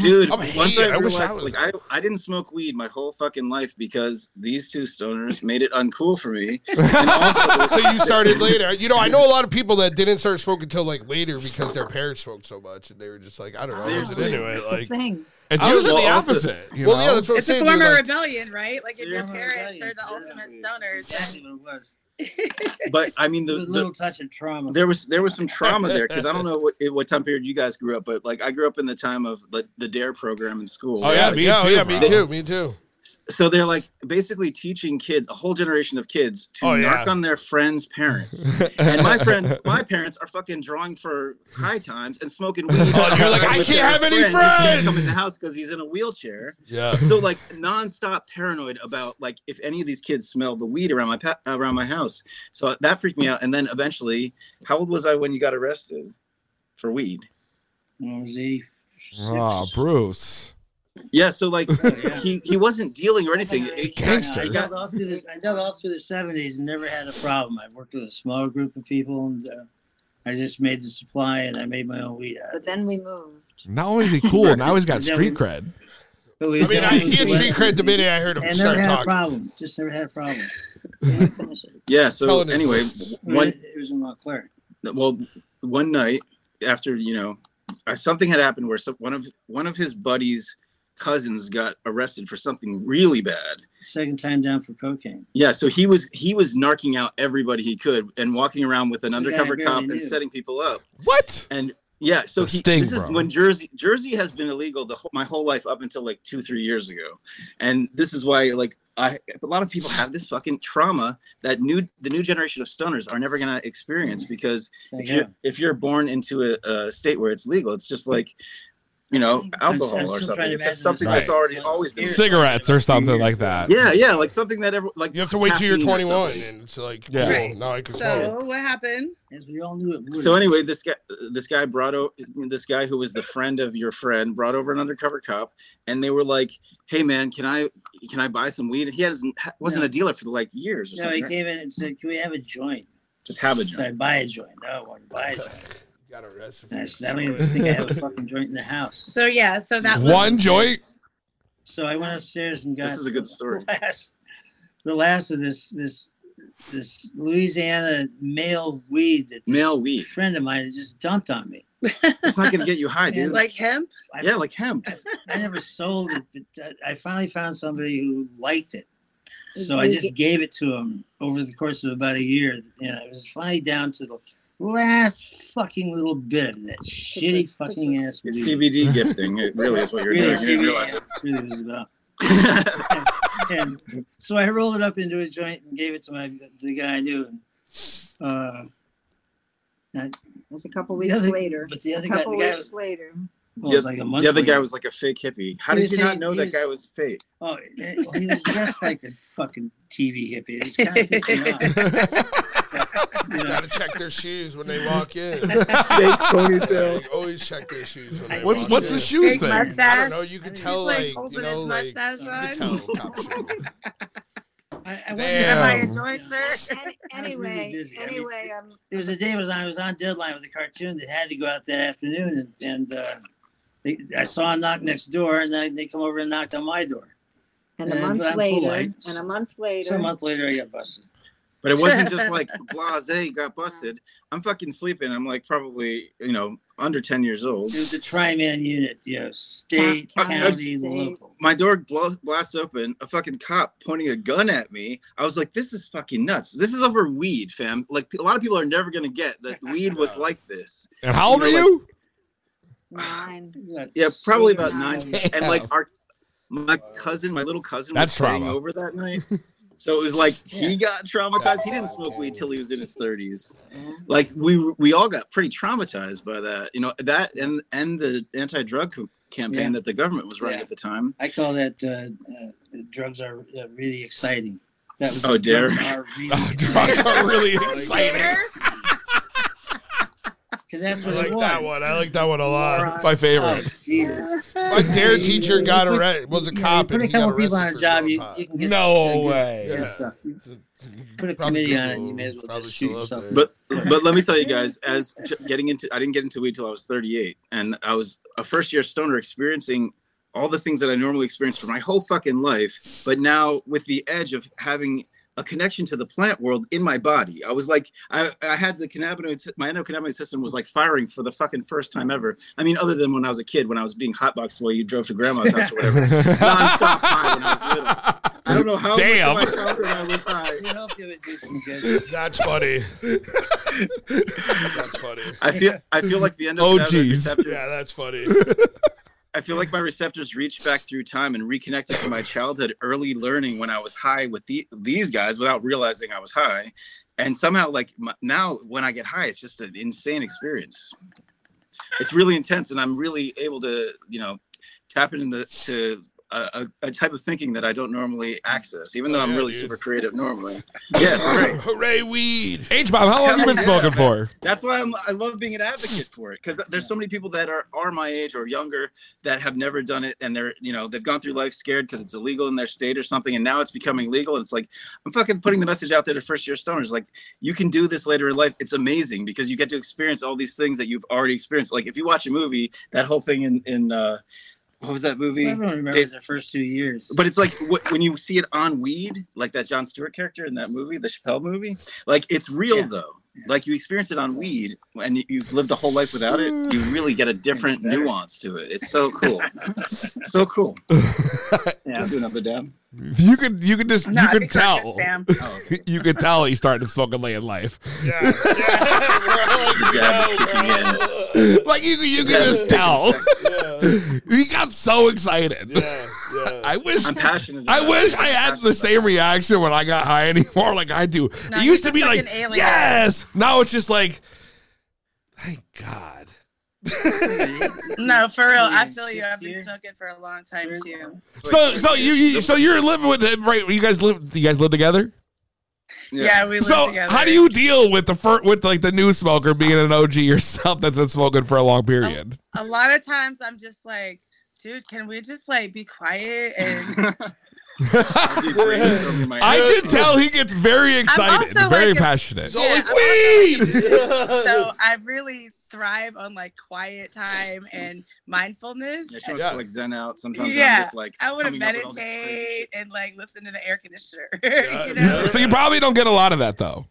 Speaker 5: dude,
Speaker 3: I'm
Speaker 5: once
Speaker 3: here.
Speaker 5: I
Speaker 3: Oh, I wish
Speaker 5: realized,
Speaker 3: I was
Speaker 5: like, I, I didn't smoke weed my whole fucking life because these two stoners made it uncool for me. And also,
Speaker 3: so you started later. You know, I know a lot of people that didn't start smoking till like later because their parents smoked so much and they were just like, I don't know, I wasn't
Speaker 5: Seriously.
Speaker 3: into it.
Speaker 8: It's a
Speaker 3: Like,
Speaker 8: thing.
Speaker 2: it's
Speaker 3: I was-
Speaker 2: usually the
Speaker 5: well, also-
Speaker 2: opposite. you
Speaker 3: well,
Speaker 2: know?
Speaker 3: yeah, that's what
Speaker 7: It's
Speaker 3: I'm
Speaker 7: a
Speaker 3: saying.
Speaker 7: form
Speaker 3: dude,
Speaker 7: of
Speaker 3: like-
Speaker 7: rebellion, right? Like if your
Speaker 5: Seriously.
Speaker 7: parents are the ultimate stoners, then
Speaker 6: Exactly what it was.
Speaker 5: but I mean, the,
Speaker 6: With a
Speaker 5: the
Speaker 6: little touch of trauma.
Speaker 5: there was there was some trauma there because I don't know what, what time period you guys grew up, but like I grew up in the time of the, the Dare program in school.
Speaker 2: Oh, yeah, me
Speaker 3: yeah,
Speaker 2: too,
Speaker 3: yeah, me
Speaker 2: bro.
Speaker 3: too, me too.
Speaker 5: so they're like basically teaching kids a whole generation of kids to
Speaker 3: Oh, yeah.
Speaker 5: narc on their friends' parents. and my friend, my parents are fucking drawing for high times and smoking weed.
Speaker 2: Oh, you're like, I
Speaker 5: With
Speaker 2: can't
Speaker 5: their
Speaker 2: have any
Speaker 5: friend who can't
Speaker 2: friends!
Speaker 5: Come in the house because he's in a wheelchair.
Speaker 3: Yeah.
Speaker 5: So like nonstop paranoid about like if any of these kids smelled the weed around my pa- around my house. So uh, that freaked me out. And then eventually, how old was I when you got arrested for weed?
Speaker 6: When I was eight, six.
Speaker 2: Oh, Bruce.
Speaker 5: Yeah. So like
Speaker 6: yeah.
Speaker 5: he he wasn't dealing or anything. It-
Speaker 2: Gangster.
Speaker 6: I dealt all through the, I dealt all through the 70s and never had a problem. I worked with a small group of people and uh, I just made the supply and I made my own weed out of
Speaker 8: But
Speaker 6: it.
Speaker 8: then we moved.
Speaker 2: Not only is he cool, now he's got street cred.
Speaker 6: But we
Speaker 3: I mean, I, he had
Speaker 6: and
Speaker 3: street cred the minute I heard him
Speaker 6: I never
Speaker 3: start
Speaker 6: had a
Speaker 3: talking.
Speaker 6: problem. Just never had a problem.
Speaker 5: yeah. So
Speaker 3: Telling his-
Speaker 5: anyway, one
Speaker 6: It was in Montclair.
Speaker 5: well one night after you know uh, something had happened where some, one of one of his buddies cousins got arrested for something really bad
Speaker 6: Second time down for cocaine.
Speaker 5: yeah so he was he was narking out everybody he could and walking around with an
Speaker 6: The guy
Speaker 5: undercover
Speaker 6: barely
Speaker 5: cop and
Speaker 6: knew.
Speaker 5: setting people up
Speaker 2: What?
Speaker 5: and yeah so
Speaker 2: The
Speaker 5: he,
Speaker 2: sting,
Speaker 5: this is
Speaker 2: bro.
Speaker 5: when jersey jersey has been illegal the whole, my whole life up until like two three years ago and this is why like i a lot of people have this fucking trauma that new the new generation of stoners are never going to experience because
Speaker 6: Thank
Speaker 5: if you're,
Speaker 6: God.
Speaker 5: if you're born into a, a state where it's legal, it's just like you know,
Speaker 6: I'm
Speaker 5: alcohol
Speaker 6: still
Speaker 5: or
Speaker 6: trying to
Speaker 5: something. It's just
Speaker 6: imagine
Speaker 5: something
Speaker 2: this.
Speaker 5: that's already always been.
Speaker 2: cigarettes or something like that.
Speaker 5: Yeah, yeah, like something that ever like
Speaker 3: You have to wait till you're
Speaker 5: caffeine
Speaker 3: 21,
Speaker 5: or something.
Speaker 3: and it's like,
Speaker 2: Yeah.
Speaker 3: cool,
Speaker 7: Right.
Speaker 3: now I can smoke.
Speaker 7: So what happened?
Speaker 6: As we all knew it would.
Speaker 5: So anyway, this guy, this guy brought over this guy who was the friend of your friend brought over an undercover cop, and they were like, "Hey man, can I can I buy some weed?" And he hasn't wasn't
Speaker 6: No.
Speaker 5: a dealer for like years or
Speaker 6: so he
Speaker 5: something. right?
Speaker 6: came in and said, "Can we have a joint?"
Speaker 5: Just have a
Speaker 6: So I
Speaker 5: joint.
Speaker 6: buy a joint. No, I want to buy a joint.
Speaker 3: Got arrested.
Speaker 6: And I said, "I don't even think I have a fucking joint in the house."
Speaker 7: So yeah, so that was
Speaker 2: One joint.
Speaker 6: So I went upstairs and got.
Speaker 5: This is a good story.
Speaker 6: The last, the last of this this this Louisiana male weed that this
Speaker 5: Male weed.
Speaker 6: friend of mine had just dumped on me.
Speaker 5: It's not gonna get you high, dude.
Speaker 7: like him.
Speaker 6: I,
Speaker 5: yeah, like hemp.
Speaker 6: I never sold it, but I I finally found somebody who liked it. So I just gave it to him over the course of about a year. And I was finally down to the last fucking little bit of that shitty fucking ass weed.
Speaker 5: It's CBD gifting. It really is what you're doing. You didn't
Speaker 6: CBD
Speaker 5: realize it.
Speaker 6: That's what it was about. and so I rolled it up into a joint and gave it to my the guy I knew. And, uh,
Speaker 8: It was a couple
Speaker 6: The
Speaker 8: weeks
Speaker 6: other-
Speaker 8: later.
Speaker 6: but the other
Speaker 8: A
Speaker 6: guy,
Speaker 8: couple
Speaker 6: the guy
Speaker 8: weeks
Speaker 6: was,
Speaker 8: later.
Speaker 6: well, it was like a month.
Speaker 5: the other
Speaker 6: later.
Speaker 5: guy was like a fake hippie. How did
Speaker 6: He was
Speaker 5: you not
Speaker 6: saying-
Speaker 5: know
Speaker 6: he
Speaker 5: that
Speaker 6: was-
Speaker 5: guy was fake?
Speaker 6: Oh, eh, well, he was dressed like a fucking TV hippie. It's kind of pissing me off.
Speaker 3: You gotta check their shoes when they walk in.
Speaker 5: Fake
Speaker 3: Yeah,
Speaker 5: ponytail.
Speaker 3: you always check their shoes when they
Speaker 2: What's
Speaker 3: walk
Speaker 2: what's
Speaker 3: in.
Speaker 2: the shoes
Speaker 7: Big
Speaker 2: thing?
Speaker 3: I don't
Speaker 7: mustache.
Speaker 3: know. You could
Speaker 7: He's
Speaker 3: tell,
Speaker 7: like
Speaker 3: like, you
Speaker 7: holding
Speaker 3: know,
Speaker 7: his
Speaker 3: like you
Speaker 7: mustache
Speaker 3: could
Speaker 7: on.
Speaker 3: tell cop shoe.
Speaker 6: I, I wasn't-
Speaker 2: Damn.
Speaker 7: Am I a joint, sir?
Speaker 8: An-
Speaker 6: I was really
Speaker 8: anyway,
Speaker 6: busy. I mean,
Speaker 8: anyway, um,
Speaker 6: There was a day was I was on deadline with a cartoon that had to go out that afternoon, and, and uh, they, I saw a knock next door, and then they come over and knocked on my door.
Speaker 8: and a
Speaker 6: And
Speaker 8: month
Speaker 6: I'm
Speaker 8: later,
Speaker 6: polite.
Speaker 8: and a month
Speaker 6: So a
Speaker 8: later,
Speaker 6: month later, I got busted.
Speaker 5: But it wasn't just like blase got busted. I'm fucking sleeping. I'm like probably, you know, under 10 years old.
Speaker 6: It was a tri-man unit, you know, state,
Speaker 8: Ca-
Speaker 5: county,
Speaker 6: county,
Speaker 8: state.
Speaker 6: local.
Speaker 5: My door blo- blasts open, a fucking cop pointing a gun at me. I was like, this is fucking nuts. This is over weed, fam. Like, a lot of people are never going to get that weed was like this.
Speaker 2: And how old are
Speaker 5: You were
Speaker 2: you?
Speaker 8: nine.
Speaker 5: Yeah, probably about
Speaker 8: Nine.
Speaker 5: nine. And like, our my cousin, my little cousin
Speaker 2: That's
Speaker 5: was staying
Speaker 2: trauma.
Speaker 5: over that night. So it was like he got traumatized. He didn't smoke weed till he was in his 30s. like we we all got pretty traumatized by that you know that and and the anti-drug co- campaign
Speaker 6: Yeah.
Speaker 5: that the government was running
Speaker 6: Yeah.
Speaker 5: at the time
Speaker 6: I call that uh, uh, drugs are uh, really exciting. That was
Speaker 5: Oh, dear.
Speaker 6: drugs are really
Speaker 2: Drugs are really exciting.
Speaker 7: Later?
Speaker 6: because that's
Speaker 3: I
Speaker 6: what it
Speaker 3: like
Speaker 6: was.
Speaker 3: that one. I like that one a lot.
Speaker 2: It's my favorite.
Speaker 6: Oh, Jesus.
Speaker 3: My dare
Speaker 6: You-
Speaker 3: teacher
Speaker 6: you
Speaker 3: got
Speaker 6: put-
Speaker 3: arrested. Was a
Speaker 6: you know,
Speaker 3: cop.
Speaker 6: You put
Speaker 3: and
Speaker 6: a
Speaker 3: he got
Speaker 6: couple people on a
Speaker 3: arrested for
Speaker 6: job, you,
Speaker 3: pot.
Speaker 6: you can get
Speaker 2: No
Speaker 6: good-
Speaker 2: way.
Speaker 6: Good,
Speaker 3: Yeah.
Speaker 6: stuff.
Speaker 3: You
Speaker 6: Put a
Speaker 3: probably
Speaker 6: committee on it,
Speaker 3: Google
Speaker 6: you may as well
Speaker 3: probably
Speaker 6: just
Speaker 3: still
Speaker 6: shoot
Speaker 3: up
Speaker 6: yourself.
Speaker 3: there.
Speaker 5: but but let me tell you guys as j- getting into i didn't get into weed till i was 38 and i was a first year stoner experiencing all the things that i normally experience for my whole fucking life but now with the edge of having a connection to the plant world in my body. I was like, I, I had the cannabinoid, my endocannabinoid system was like firing for the fucking first time ever. I mean, other than when I was a kid, when I was being hotboxed while you drove to grandma's house or whatever. Non-stop high when I was little. I don't know how
Speaker 2: Damn.
Speaker 5: much of my childhood I was high.
Speaker 6: You helped him do some good.
Speaker 3: That's funny. that's funny.
Speaker 5: I feel I feel like the end of
Speaker 2: Oh,
Speaker 5: the other
Speaker 2: geez.
Speaker 5: receptors.
Speaker 3: Yeah, that's funny.
Speaker 5: I feel like my receptors reached back through time and reconnected to my childhood early learning when I was high with the, these guys without realizing I was high, and somehow like my, now when I get high, it's just an insane experience. It's really intense, and I'm really able to you know tap into the, to a, a, a type of thinking that I don't normally access, even though
Speaker 3: Oh,
Speaker 5: I'm
Speaker 3: yeah,
Speaker 5: really
Speaker 3: dude.
Speaker 5: super creative normally. Yeah, it's great.
Speaker 3: Hooray, weed.
Speaker 2: H Bob, how long you been
Speaker 5: Yeah.
Speaker 2: smoking for?
Speaker 5: That's why I'm, I love being an advocate for it because there's so many people that are, are my age or younger that have never done it and they're you know they've gone through life scared because it's illegal in their state or something and now it's becoming legal and it's like I'm fucking putting the message out there to first year stoners like you can do this later in life it's amazing because you get to experience all these things that you've already experienced like if you watch a movie that whole thing in in uh, what was that movie
Speaker 6: Everyone remembers the first two years.
Speaker 5: but it's like wh- when you see it on weed, like that John Stewart character in that movie, the Chappelle movie, like it's real
Speaker 6: Yeah.
Speaker 5: though. Like you experience it on weed and you- you've lived a whole life without it, you really get a different
Speaker 6: better.
Speaker 5: nuance to it. It's so cool. so cool.
Speaker 6: Yeah.
Speaker 5: Do another dab.
Speaker 2: You could you could just
Speaker 7: No,
Speaker 2: you
Speaker 7: I
Speaker 2: could
Speaker 7: think that's
Speaker 2: tell.
Speaker 7: good, Sam.
Speaker 5: Oh, okay.
Speaker 2: You could tell he started smoking late in life.
Speaker 3: Yeah.
Speaker 5: The jab is kicking in.
Speaker 2: Like you could- you could just tell.
Speaker 3: Yeah.
Speaker 2: He got so excited.
Speaker 3: Yeah. Yeah.
Speaker 2: I wish
Speaker 5: I'm passionate.
Speaker 2: I
Speaker 5: about
Speaker 2: wish
Speaker 5: it.
Speaker 2: I had
Speaker 5: Passionate
Speaker 2: the same reaction when I got high anymore, like I do.
Speaker 7: No,
Speaker 2: it
Speaker 7: you're
Speaker 2: used to
Speaker 7: just
Speaker 2: be
Speaker 7: like
Speaker 2: like,
Speaker 7: an alien.
Speaker 2: yes. Now it's just like, thank God.
Speaker 7: No, for real. I feel you. I've been smoking for a long time too.
Speaker 2: So, so you, you, so you're living with him, right? You guys live, you guys live together.
Speaker 7: Yeah, we live
Speaker 2: So,
Speaker 7: together.
Speaker 2: how do you deal with the fir- with like the new smoker being an OG yourself that's been smoking for a long period?
Speaker 7: a lot of times I'm just like, dude, can we just like be quiet and
Speaker 2: Oh. I can tell he gets very excited,
Speaker 7: also,
Speaker 2: very
Speaker 7: like, a-
Speaker 2: passionate.
Speaker 7: Yeah, I'm
Speaker 2: Weed.
Speaker 7: so I really thrive on like quiet time and mindfulness.
Speaker 5: Yeah, she wants to like zen out. Sometimes
Speaker 7: Yeah,
Speaker 5: I'm just like
Speaker 7: I want to
Speaker 5: coming up with all this crazy
Speaker 7: meditate
Speaker 5: shit.
Speaker 7: and like listen to the air conditioner. you know?
Speaker 2: So you probably don't get a lot of that though.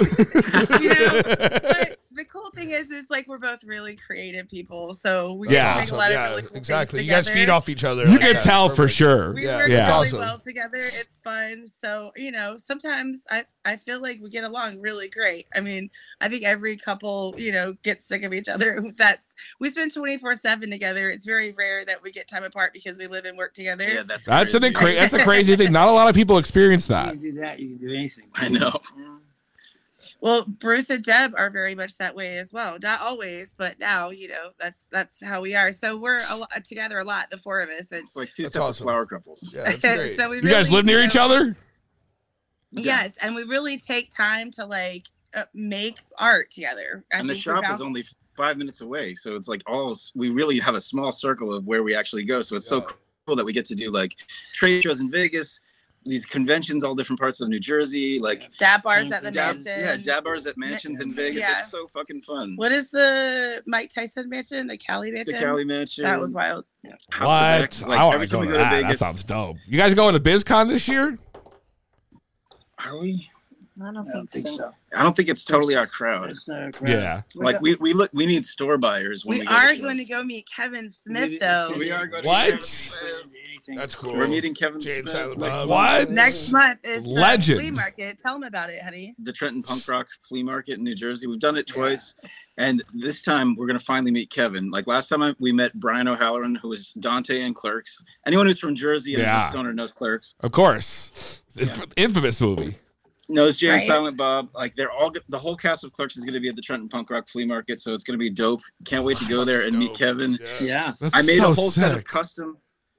Speaker 7: you know? But the cool thing is, is like we're both really creative people, so we
Speaker 2: Yeah.
Speaker 7: yeah, make a lot of really cool
Speaker 3: exactly.
Speaker 7: things
Speaker 3: You guys
Speaker 7: together.
Speaker 3: feed off each other.
Speaker 2: You
Speaker 3: like
Speaker 2: can
Speaker 3: that.
Speaker 2: tell for
Speaker 3: Perfect.
Speaker 2: sure.
Speaker 7: We
Speaker 3: Yeah.
Speaker 7: work
Speaker 2: Yeah.
Speaker 7: really
Speaker 3: Awesome.
Speaker 7: well together. It's fun. So you know, sometimes I I feel like we get along really great. I mean, I think every couple you know gets sick of each other. That's we spend twenty four seven together. It's very rare that we get time apart because we live and work together.
Speaker 5: Yeah, that's
Speaker 2: That's an
Speaker 5: crazy.
Speaker 2: incra- that's a crazy thing. Not a lot of people experience that.
Speaker 6: You can do that. You can do anything.
Speaker 5: I know.
Speaker 7: Well, Bruce and Deb are very much that way as well. Not always, but now you know that's that's how we are. So we're a lot, together a lot, the four of us. And
Speaker 5: It's like two
Speaker 3: That's
Speaker 5: sets of
Speaker 3: awesome.
Speaker 5: flower couples.
Speaker 3: Yeah, that's great.
Speaker 7: so we
Speaker 2: You guys
Speaker 7: really,
Speaker 2: live near
Speaker 7: you
Speaker 2: each
Speaker 7: know,
Speaker 2: other?
Speaker 7: Yes, and we really take time to like uh, make art together. I
Speaker 5: and the
Speaker 7: think we
Speaker 5: shop is
Speaker 7: bounce-
Speaker 5: only five minutes away, so it's like all we really have a small circle of where we actually go. So it's
Speaker 3: Yeah.
Speaker 5: so cool that we get to do like trade shows in Vegas, these conventions, all different parts of New Jersey, like
Speaker 7: dab bars at the
Speaker 5: dab,
Speaker 7: mansion.
Speaker 5: yeah, dab bars at mansions in Vegas.
Speaker 7: Yeah.
Speaker 5: It's so fucking fun.
Speaker 7: What is the Mike Tyson mansion? The Cali mansion.
Speaker 5: the Cali Mansion.
Speaker 7: That was wild.
Speaker 5: House of
Speaker 2: What?
Speaker 5: X, Like,
Speaker 2: I want
Speaker 5: every
Speaker 2: to
Speaker 5: time
Speaker 2: go
Speaker 5: we
Speaker 2: to
Speaker 5: go to
Speaker 2: that. That
Speaker 5: Vegas,
Speaker 2: sounds dope. You guys going to BizCon this year?
Speaker 5: are we?
Speaker 8: I don't
Speaker 6: I don't
Speaker 8: think
Speaker 6: think
Speaker 8: so.
Speaker 6: so.
Speaker 5: I don't think it's totally our crowd.
Speaker 6: That's uh, not a crowd.
Speaker 2: Yeah.
Speaker 5: Like we, we look we need store buyers when
Speaker 7: We,
Speaker 5: we, go
Speaker 7: are
Speaker 5: to
Speaker 7: going to
Speaker 5: shows.
Speaker 7: go meet Kevin
Speaker 6: We-
Speaker 7: Smith though
Speaker 5: We are going to
Speaker 2: What?
Speaker 5: Kevin Smith.
Speaker 6: Anything.
Speaker 3: That's cool.
Speaker 5: We're meeting Kevin
Speaker 3: Jane
Speaker 5: Smith.
Speaker 3: Silent
Speaker 5: next
Speaker 3: Bob.
Speaker 5: month.
Speaker 2: What?
Speaker 7: next month. Is the
Speaker 2: Legend.
Speaker 7: flea market? Tell him about it, honey.
Speaker 5: the Trenton Punk Rock Flea Market in New Jersey. We've done it twice, and this time we're gonna finally meet Kevin. Like last time, I, we met Brian O'Halloran, who was Dante and Clerks. Anyone who's from Jersey and
Speaker 2: Yeah.
Speaker 5: yeah. stoner knows Clerks,
Speaker 2: Of course. Inf- Infamous movie.
Speaker 5: knows Jay and
Speaker 7: Right.
Speaker 5: Silent Bob. Like they're all go- the whole cast of Clerks is gonna be at the Trenton Punk Rock Flea Market, so it's gonna be dope. Can't wait to go there and meet Kevin.
Speaker 6: Yeah.
Speaker 2: That's
Speaker 5: I made
Speaker 2: so
Speaker 5: a whole set of
Speaker 2: sick.
Speaker 5: custom.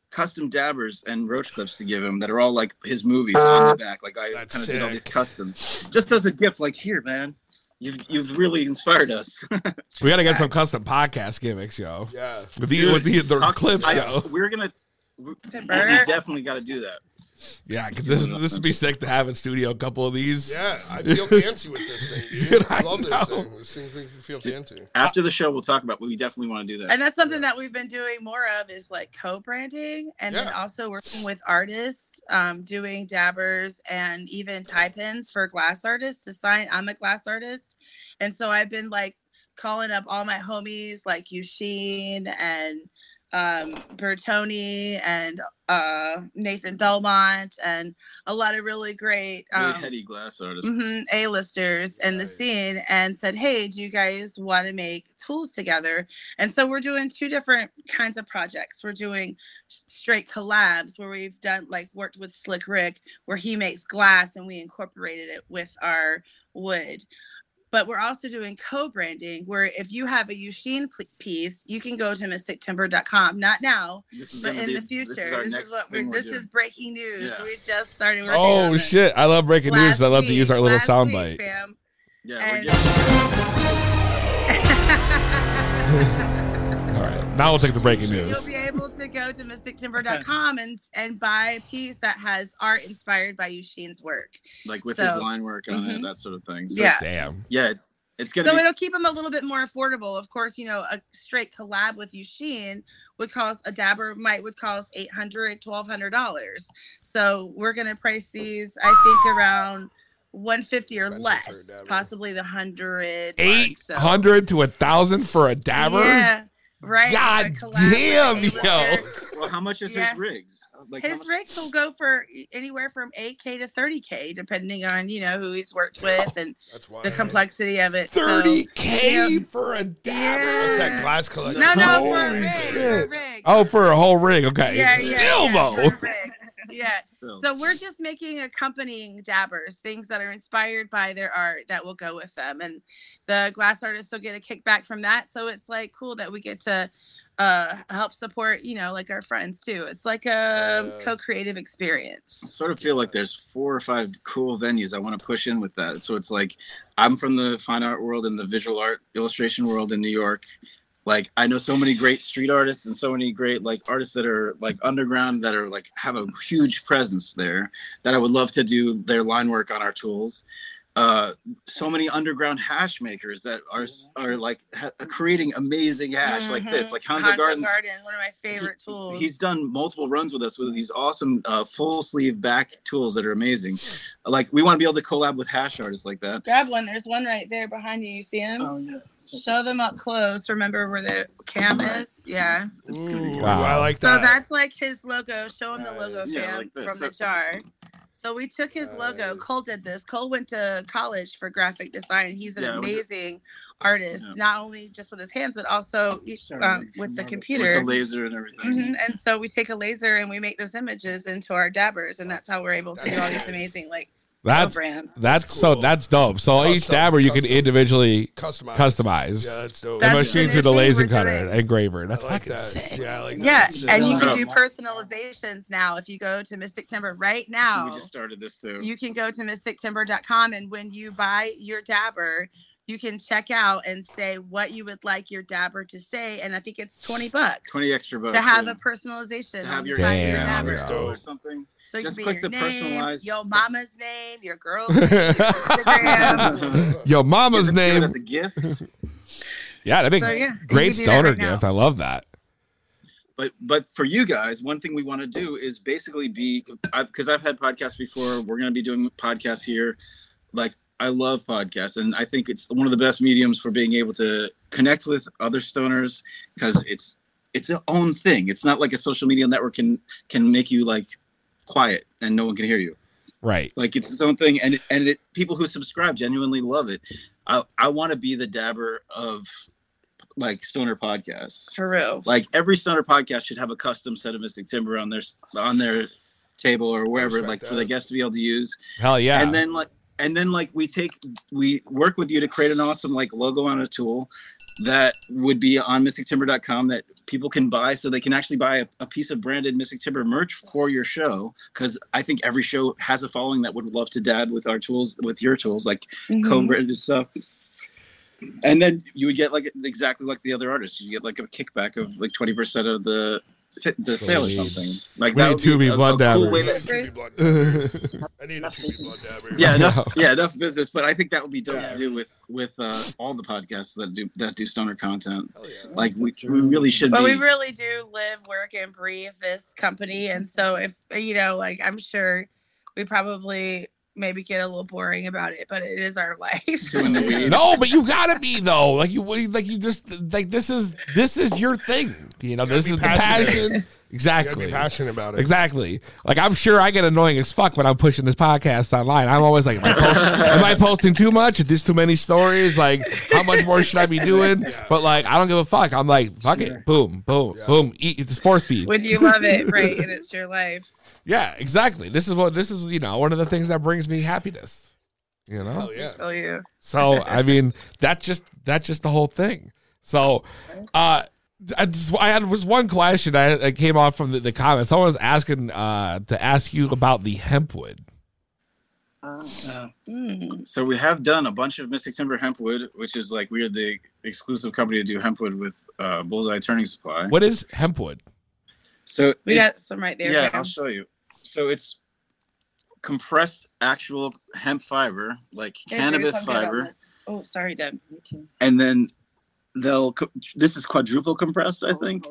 Speaker 5: Custom dabbers and roach clips to give him that are all like his movies on
Speaker 7: Ah,
Speaker 5: the back. Like I
Speaker 3: That's
Speaker 5: kind of did all
Speaker 3: sick.
Speaker 5: these customs just as a gift. Like here, man, you've you've really inspired us.
Speaker 2: We got to get some custom podcast gimmicks, yo.
Speaker 3: Yeah.
Speaker 2: With the, with the, the
Speaker 5: Talk-
Speaker 2: clips,
Speaker 5: I-
Speaker 2: yo.
Speaker 5: We're gonna. We, we
Speaker 7: burn.
Speaker 5: definitely got to do that.
Speaker 2: Yeah, 'cause this this would be sick to have in studio. A couple of these.
Speaker 3: Yeah, I feel fancy with this thing, dude.
Speaker 2: Dude, I
Speaker 3: I love
Speaker 2: know.
Speaker 3: this thing. This thing makes me feel fancy.
Speaker 5: After the show, we'll talk about. But we definitely want to do that.
Speaker 7: And that's something that we've been doing more of is like co-branding and then
Speaker 3: Yeah.
Speaker 7: also working with artists, um, doing dabbers and even tie pins for glass artists to sign. I'm a glass artist. And so I've been like calling up all my homies like Eugene and um, Bertoni and uh, Nathan Belmont and a lot of really great
Speaker 5: Really
Speaker 7: um,
Speaker 5: heady glass artist.
Speaker 7: hmm A-listers in the
Speaker 3: Right.
Speaker 7: scene and said, "Hey, do you guys want to make tools together?" And so we're doing two different kinds of projects. We're doing s- straight collabs where we've done like worked with Slick Rick, where he makes glass and we incorporated it with our wood. But we're also doing co-branding, where if you have a Eugene pl- piece, you can go to mystictimber.com. Not now,
Speaker 5: This is
Speaker 7: but
Speaker 5: gonna
Speaker 7: in
Speaker 5: be-
Speaker 7: the future. This is, what
Speaker 5: thing
Speaker 7: we're. This
Speaker 5: doing.
Speaker 7: is breaking news.
Speaker 5: Yeah.
Speaker 7: We just started working. on
Speaker 2: Oh
Speaker 7: it
Speaker 2: shit! I love breaking news.
Speaker 7: last
Speaker 2: I love to
Speaker 7: week-
Speaker 2: use our little
Speaker 7: last week,
Speaker 2: soundbite.
Speaker 7: fam.
Speaker 5: Yeah, we're
Speaker 7: and-
Speaker 5: getting,
Speaker 2: All right, now we'll take the breaking
Speaker 7: You'll
Speaker 2: news.
Speaker 7: be able to go to mystictimber.com and and buy a piece that has art inspired by Eugene's work.
Speaker 5: like with his
Speaker 7: so-
Speaker 5: line work on it,
Speaker 7: Mhm.
Speaker 5: that sort of thing. So,
Speaker 7: Yeah.
Speaker 2: Damn.
Speaker 5: yeah, it's it's gonna
Speaker 7: So
Speaker 5: be.
Speaker 7: it'll keep them a little bit more affordable. Of course, you know, a straight collab with Eugene would cost a dabber might would cost eight hundred, twelve hundred dollars. So we're gonna price these, I think, around one fifty or
Speaker 3: Expensive for a
Speaker 7: less,
Speaker 3: dabber.
Speaker 7: possibly the hundred.
Speaker 2: Eight
Speaker 7: mark, so-
Speaker 2: hundred to a thousand for a dabber.
Speaker 7: Yeah. Right.
Speaker 2: God
Speaker 7: A collab
Speaker 2: damn,
Speaker 7: with A-lister.
Speaker 2: yo.
Speaker 5: Well, how much is
Speaker 7: Yeah.
Speaker 5: his rigs? Like how
Speaker 7: his
Speaker 5: much-
Speaker 7: rigs will go for anywhere from 8k to 30k depending on you know who he's worked with and
Speaker 3: That's wild.
Speaker 7: the complexity of it So-
Speaker 2: Thirty k
Speaker 7: Yeah.
Speaker 2: for a
Speaker 7: Yeah.
Speaker 2: dabber.
Speaker 3: What's that glass collection?
Speaker 7: no no for a
Speaker 2: Holy
Speaker 7: rig, for a
Speaker 2: shit.
Speaker 7: rig.
Speaker 2: Oh, for a whole rig. Okay. Still
Speaker 7: for a
Speaker 2: though.
Speaker 7: rig. yeah.
Speaker 5: So,
Speaker 7: So we're just making accompanying dabbers, things that are inspired by their art that will go with them, and the glass artists will get a kickback from that. So it's like cool that we get to uh, help support, you know, like our friends too. It's like a
Speaker 3: Yeah.
Speaker 7: co-creative
Speaker 5: I
Speaker 7: experience.
Speaker 5: sort of feel like there's four or five cool venues I want to push in with that. So it's like I'm from the fine art world and the visual art illustration world in New York. Like I know so many great street artists and so many great like artists that are like underground that are like have a huge presence there that I would love to do their line work on our tools. Uh, so many underground hash makers that are are like ha- creating amazing hash like this,
Speaker 7: Mhm.
Speaker 5: like Hansa Gardens
Speaker 7: Garden, one of my favorite tools.
Speaker 5: He's done multiple runs with us with these awesome uh, full sleeve back tools that are amazing. Like we want to be able to collab with hash artists like that.
Speaker 7: Grab one. There's one right there behind you. You see him?
Speaker 6: Oh, yeah.
Speaker 7: Show them up close. Remember where the cam is? Yeah.
Speaker 3: Ooh,
Speaker 2: Wow.
Speaker 3: I like
Speaker 7: So
Speaker 3: that.
Speaker 7: that's like his logo. Show him the logo,
Speaker 5: Yeah,
Speaker 7: fam,
Speaker 5: like this.
Speaker 7: from the jar. So we took his logo.
Speaker 3: Nice.
Speaker 7: Cole did this. Cole went to college for graphic design. He's an
Speaker 5: Yeah, I was-
Speaker 7: amazing artist,
Speaker 5: Yeah.
Speaker 7: not only just with his hands, but also
Speaker 6: Sorry,
Speaker 7: um,
Speaker 6: I'm
Speaker 7: with the
Speaker 6: not-
Speaker 5: With the
Speaker 7: computer.
Speaker 5: laser and everything.
Speaker 7: Mhm. And so we take a laser and we make those images into our dabbers, and that's how we're able to do all these amazing like
Speaker 2: That's
Speaker 7: brands.
Speaker 2: that's so
Speaker 3: Cool.
Speaker 2: that's dope. So each
Speaker 3: Custom,
Speaker 2: dabber you can
Speaker 3: custom.
Speaker 2: individually
Speaker 3: Customize.
Speaker 2: customize.
Speaker 3: Yeah, that's dope.
Speaker 2: the
Speaker 7: That's
Speaker 2: machine
Speaker 7: the
Speaker 2: through the
Speaker 7: new thing
Speaker 2: laser
Speaker 7: we're
Speaker 2: cutter
Speaker 7: doing.
Speaker 2: and engraver.
Speaker 3: I
Speaker 2: That's
Speaker 3: like
Speaker 2: fucking
Speaker 3: that.
Speaker 2: sick.
Speaker 3: Yeah, I like
Speaker 7: Yeah,
Speaker 3: that.
Speaker 7: and you can
Speaker 5: Yeah.
Speaker 7: do personalizations now. If you go to Mystic Timber right
Speaker 5: We
Speaker 7: now,
Speaker 5: just started this too.
Speaker 7: you can go to mystictimber.com and when you buy your dabber you can check out and say what you would like your dabber to say and i think it's 20 bucks
Speaker 5: Twenty extra bucks
Speaker 7: to have
Speaker 5: yeah.
Speaker 7: a personalization
Speaker 5: To have
Speaker 7: on
Speaker 5: your
Speaker 7: the side of your
Speaker 2: Damn,
Speaker 7: dabber
Speaker 2: yeah.
Speaker 5: or something.
Speaker 7: so you
Speaker 5: Just
Speaker 7: can be
Speaker 5: click
Speaker 7: your
Speaker 5: the
Speaker 7: name
Speaker 5: personalized-
Speaker 7: your mama's name your girl's name your instagram
Speaker 2: Yo,
Speaker 5: Give
Speaker 2: mama's
Speaker 5: it- give it
Speaker 2: name.
Speaker 5: as a gift.
Speaker 2: Yeah, that'd be
Speaker 7: So, yeah,
Speaker 2: great
Speaker 7: you can do that
Speaker 2: stoner
Speaker 7: right now.
Speaker 2: gift. I love that.
Speaker 5: but but for you guys, one thing we want to do is basically be because I've, had podcasts before. We're going to be doing podcasts here. Like I love podcasts, and I think it's one of the best mediums for being able to connect with other stoners because it's it's its own thing. It's not like a social media network can can make you like quiet and no one can hear you
Speaker 2: Right.
Speaker 5: like it's its own thing and and it, people who subscribe genuinely love it i i want to be the dabber of like stoner podcasts
Speaker 7: for real
Speaker 5: like every stoner podcast should have a custom set of mystic timber on their on their table or wherever
Speaker 3: Respect
Speaker 5: like for
Speaker 3: that.
Speaker 5: the guests to be able to use
Speaker 2: Hell yeah.
Speaker 5: and then like and then like we take we work with you to create an awesome like logo on a tool that would be on mystictimber.com that people can buy so they can actually buy a, a piece of branded mystic timber merch for your show because i think every show has a following that would love to dab with our tools with your tools like co-branded stuff and then you would get like exactly like the other artists you get like a kickback of like 20% of the fi- the sale or
Speaker 2: Sweet.
Speaker 5: something like
Speaker 2: We
Speaker 5: that
Speaker 2: need
Speaker 5: would
Speaker 2: two
Speaker 5: be
Speaker 2: be
Speaker 5: a,
Speaker 2: blood
Speaker 5: a cool
Speaker 2: dabbers.
Speaker 5: way
Speaker 3: I need
Speaker 5: that
Speaker 3: a tree blood dabber. I need a tree blood dabber.
Speaker 5: yeah, enough.
Speaker 2: No.
Speaker 5: Yeah, enough business. But I think that would be dope
Speaker 3: Yeah.
Speaker 5: to do with with uh, all the podcasts that do that do stoner content.
Speaker 3: Hell yeah.
Speaker 5: Like we, we really should
Speaker 7: but
Speaker 5: be.
Speaker 7: we really do live work and breathe this company and so if you know like i'm sure we probably maybe get a little boring about it but it is our life
Speaker 5: doing the weed.
Speaker 2: no, but you gotta be though. Like you, like you just like this is this is your thing. You know, this
Speaker 3: be
Speaker 2: is the
Speaker 3: passionate.
Speaker 2: passion.
Speaker 3: You gotta be
Speaker 2: Exactly.
Speaker 3: passionate about it.
Speaker 2: Exactly. Like I'm sure I get annoying as fuck when I'm pushing this podcast online. I'm always like, am I, post- am I posting too much? Is this too many stories? Like, how much more should I be doing? But like, I don't give a fuck. I'm like, fuck it. Boom, boom, boom. Eat it's force feed.
Speaker 7: Would you love it? Right. And it's your life.
Speaker 2: Yeah, exactly. This is what this is. You know, one of the things that brings me happiness. You know.
Speaker 3: Hell yeah.
Speaker 7: Tell you.
Speaker 2: So I mean, that's just that's just the whole thing. So, uh, I just I had was one question I, I came off from the, the comments. Someone was asking uh to ask you about the hempwood.
Speaker 6: Oh,
Speaker 7: Mm.
Speaker 5: So we have done a bunch of Mystic Timber Hempwood, which is like we are the exclusive company to do hempwood with uh, Bullseye Turning Supply.
Speaker 2: What is hempwood?
Speaker 5: So
Speaker 7: We
Speaker 5: it-
Speaker 7: got some right there.
Speaker 5: yeah,
Speaker 7: fam.
Speaker 5: I'll show you. So it's compressed actual hemp fiber, like
Speaker 7: Hey, there's
Speaker 5: cannabis
Speaker 7: some good on
Speaker 5: fiber.
Speaker 7: this. Oh, sorry, Deb.
Speaker 5: and then they'll co- this is quadruple compressed
Speaker 8: Oh,
Speaker 5: i think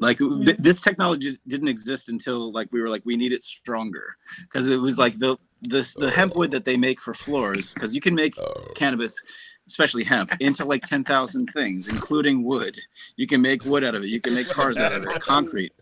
Speaker 5: like th- this technology didn't exist until like we were like we need it stronger because it was like the this the hemp wood that they make for floors because you can make cannabis especially hemp into like 10,000 things including wood you can make wood out of it you can make cars out of it concrete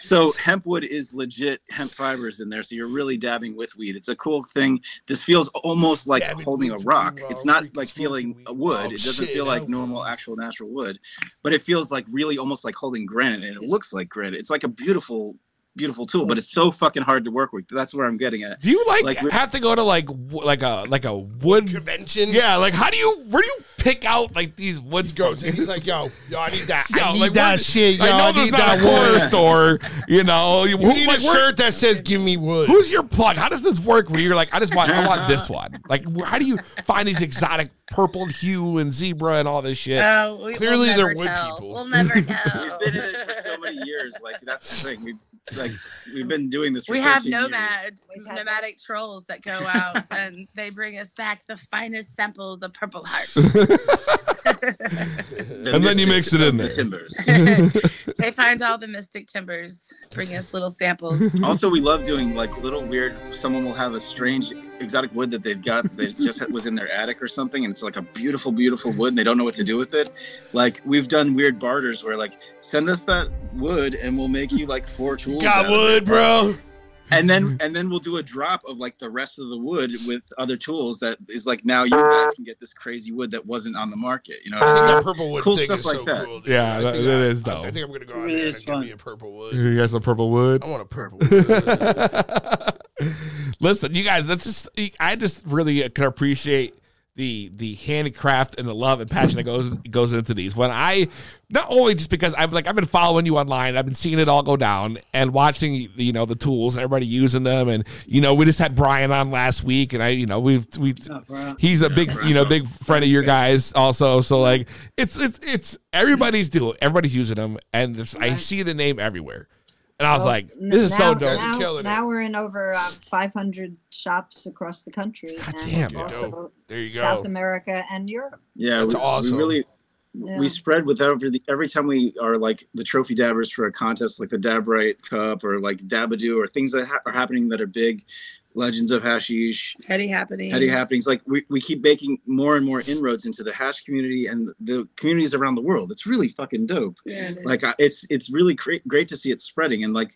Speaker 5: so hemp wood is legit hemp fibers in there so you're really dabbing with weed it's a cool thing this feels almost like
Speaker 3: Dabbing
Speaker 5: holding a
Speaker 3: with
Speaker 5: rock
Speaker 3: weed while
Speaker 5: it's not
Speaker 3: freaking
Speaker 5: like
Speaker 3: smoking
Speaker 5: feeling
Speaker 3: weed.
Speaker 5: a wood
Speaker 3: Oh,
Speaker 5: it doesn't
Speaker 3: shit,
Speaker 5: feel
Speaker 3: I-
Speaker 5: like normal actual natural wood but it feels like really almost like holding granite and it looks like granite it's like a beautiful beautiful tool, but it's so fucking hard to work with. That's where I'm getting at.
Speaker 2: Do you like,
Speaker 5: Like, we-
Speaker 2: have to go to like w- like a like a wood?
Speaker 3: Convention.
Speaker 2: Yeah, like how do you where do you pick out like these woods
Speaker 3: Goes
Speaker 2: goes?
Speaker 3: and he's like, yo, yo, I need that. I
Speaker 2: Yo,
Speaker 3: need
Speaker 2: like,
Speaker 3: that
Speaker 2: what-
Speaker 3: shit. Yo,
Speaker 2: I know there's
Speaker 3: need
Speaker 2: not
Speaker 3: that
Speaker 2: a corner
Speaker 3: wood.
Speaker 2: store, you know.
Speaker 3: You
Speaker 2: Who-
Speaker 3: need
Speaker 2: like,
Speaker 3: a
Speaker 2: where-
Speaker 3: shirt that says "Give me wood."
Speaker 2: Who's your plug? How does this work? Where you're like, I just want, I want this one. Like, wh- how do you find these exotic purple hue and zebra and all this shit?
Speaker 7: Oh, we,
Speaker 3: Clearly
Speaker 7: we'll
Speaker 3: they're
Speaker 7: never
Speaker 3: wood
Speaker 7: tell.
Speaker 3: people.
Speaker 7: We'll never
Speaker 5: We've
Speaker 3: Oh.
Speaker 7: tell.
Speaker 5: been in it for so many years. Like that's the thing. We like we've been doing this. For
Speaker 7: we have
Speaker 5: 13 years.
Speaker 7: nomad
Speaker 8: We've had
Speaker 7: nomadic trolls that go out and they bring us back the finest samples of purple heart.
Speaker 5: The
Speaker 2: And then you mix
Speaker 5: Mystics
Speaker 2: it in
Speaker 5: of the
Speaker 2: there.
Speaker 5: Timbers.
Speaker 7: they find all the mystic timbers, bring us little samples.
Speaker 5: also, we love doing like little weird. Someone will have a strange exotic wood that they've got that just had- was in their attic or something, and it's like a beautiful, beautiful wood, and they don't know what to do with it. Like we've done weird barters where like send us that wood, and we'll make you like four tools.
Speaker 3: got
Speaker 5: out of it."
Speaker 3: wood, bro?
Speaker 5: and then and then we'll do a drop of like the rest of the wood with other tools that is like now you guys can get this crazy wood that wasn't on the market you know what I mean?
Speaker 3: That purple wood
Speaker 5: Ah, Cool
Speaker 3: thing
Speaker 5: stuff
Speaker 3: is
Speaker 5: like
Speaker 3: so
Speaker 5: that.
Speaker 3: cool. dude.
Speaker 2: Yeah,
Speaker 3: I
Speaker 2: that-
Speaker 3: think
Speaker 2: that
Speaker 3: I-
Speaker 2: is
Speaker 3: I-
Speaker 2: dope.
Speaker 3: I think I'm gonna go out
Speaker 6: It
Speaker 3: there
Speaker 6: is
Speaker 3: and get me
Speaker 6: fun.
Speaker 3: a purple wood.
Speaker 2: You got some purple wood.
Speaker 3: I want a purple wood.
Speaker 2: Listen, you guys, that's just I just really can appreciate the the handicraft and the love and passion that goes goes into these. When I not only just because I've like I've been following you online, I've been seeing it all go down and watching you know the tools and everybody using them and you know we just had Brian on last week and I you know we've we
Speaker 6: Oh, bro.
Speaker 2: he's a big you know big friend of your guys also so like it's it's it's everybody's doing everybody's using them and it's, I see the name everywhere and I was like this is so
Speaker 8: now,
Speaker 2: dope.
Speaker 3: Guys are
Speaker 8: Now,
Speaker 3: killing it.
Speaker 8: now we're in over um, 500 shops across the country and
Speaker 2: damn, dude.
Speaker 8: also
Speaker 3: There you
Speaker 8: South
Speaker 3: go.
Speaker 8: America and Europe.
Speaker 5: yeah
Speaker 3: That's
Speaker 5: we,
Speaker 3: awesome.
Speaker 5: we really
Speaker 8: Yeah.
Speaker 5: we spread with every every time we are like the trophy dabbers for a contest like the dab right cup or like dabadoo or things that ha- are happening that are big legends of hashish
Speaker 7: Petty happenings.
Speaker 5: Petty happenings. Like we, we keep making more and more inroads into the hash community and the communities around the world. It's really fucking dope.
Speaker 7: Yeah, it is.
Speaker 5: Like I- it's it's really great great to see it spreading and like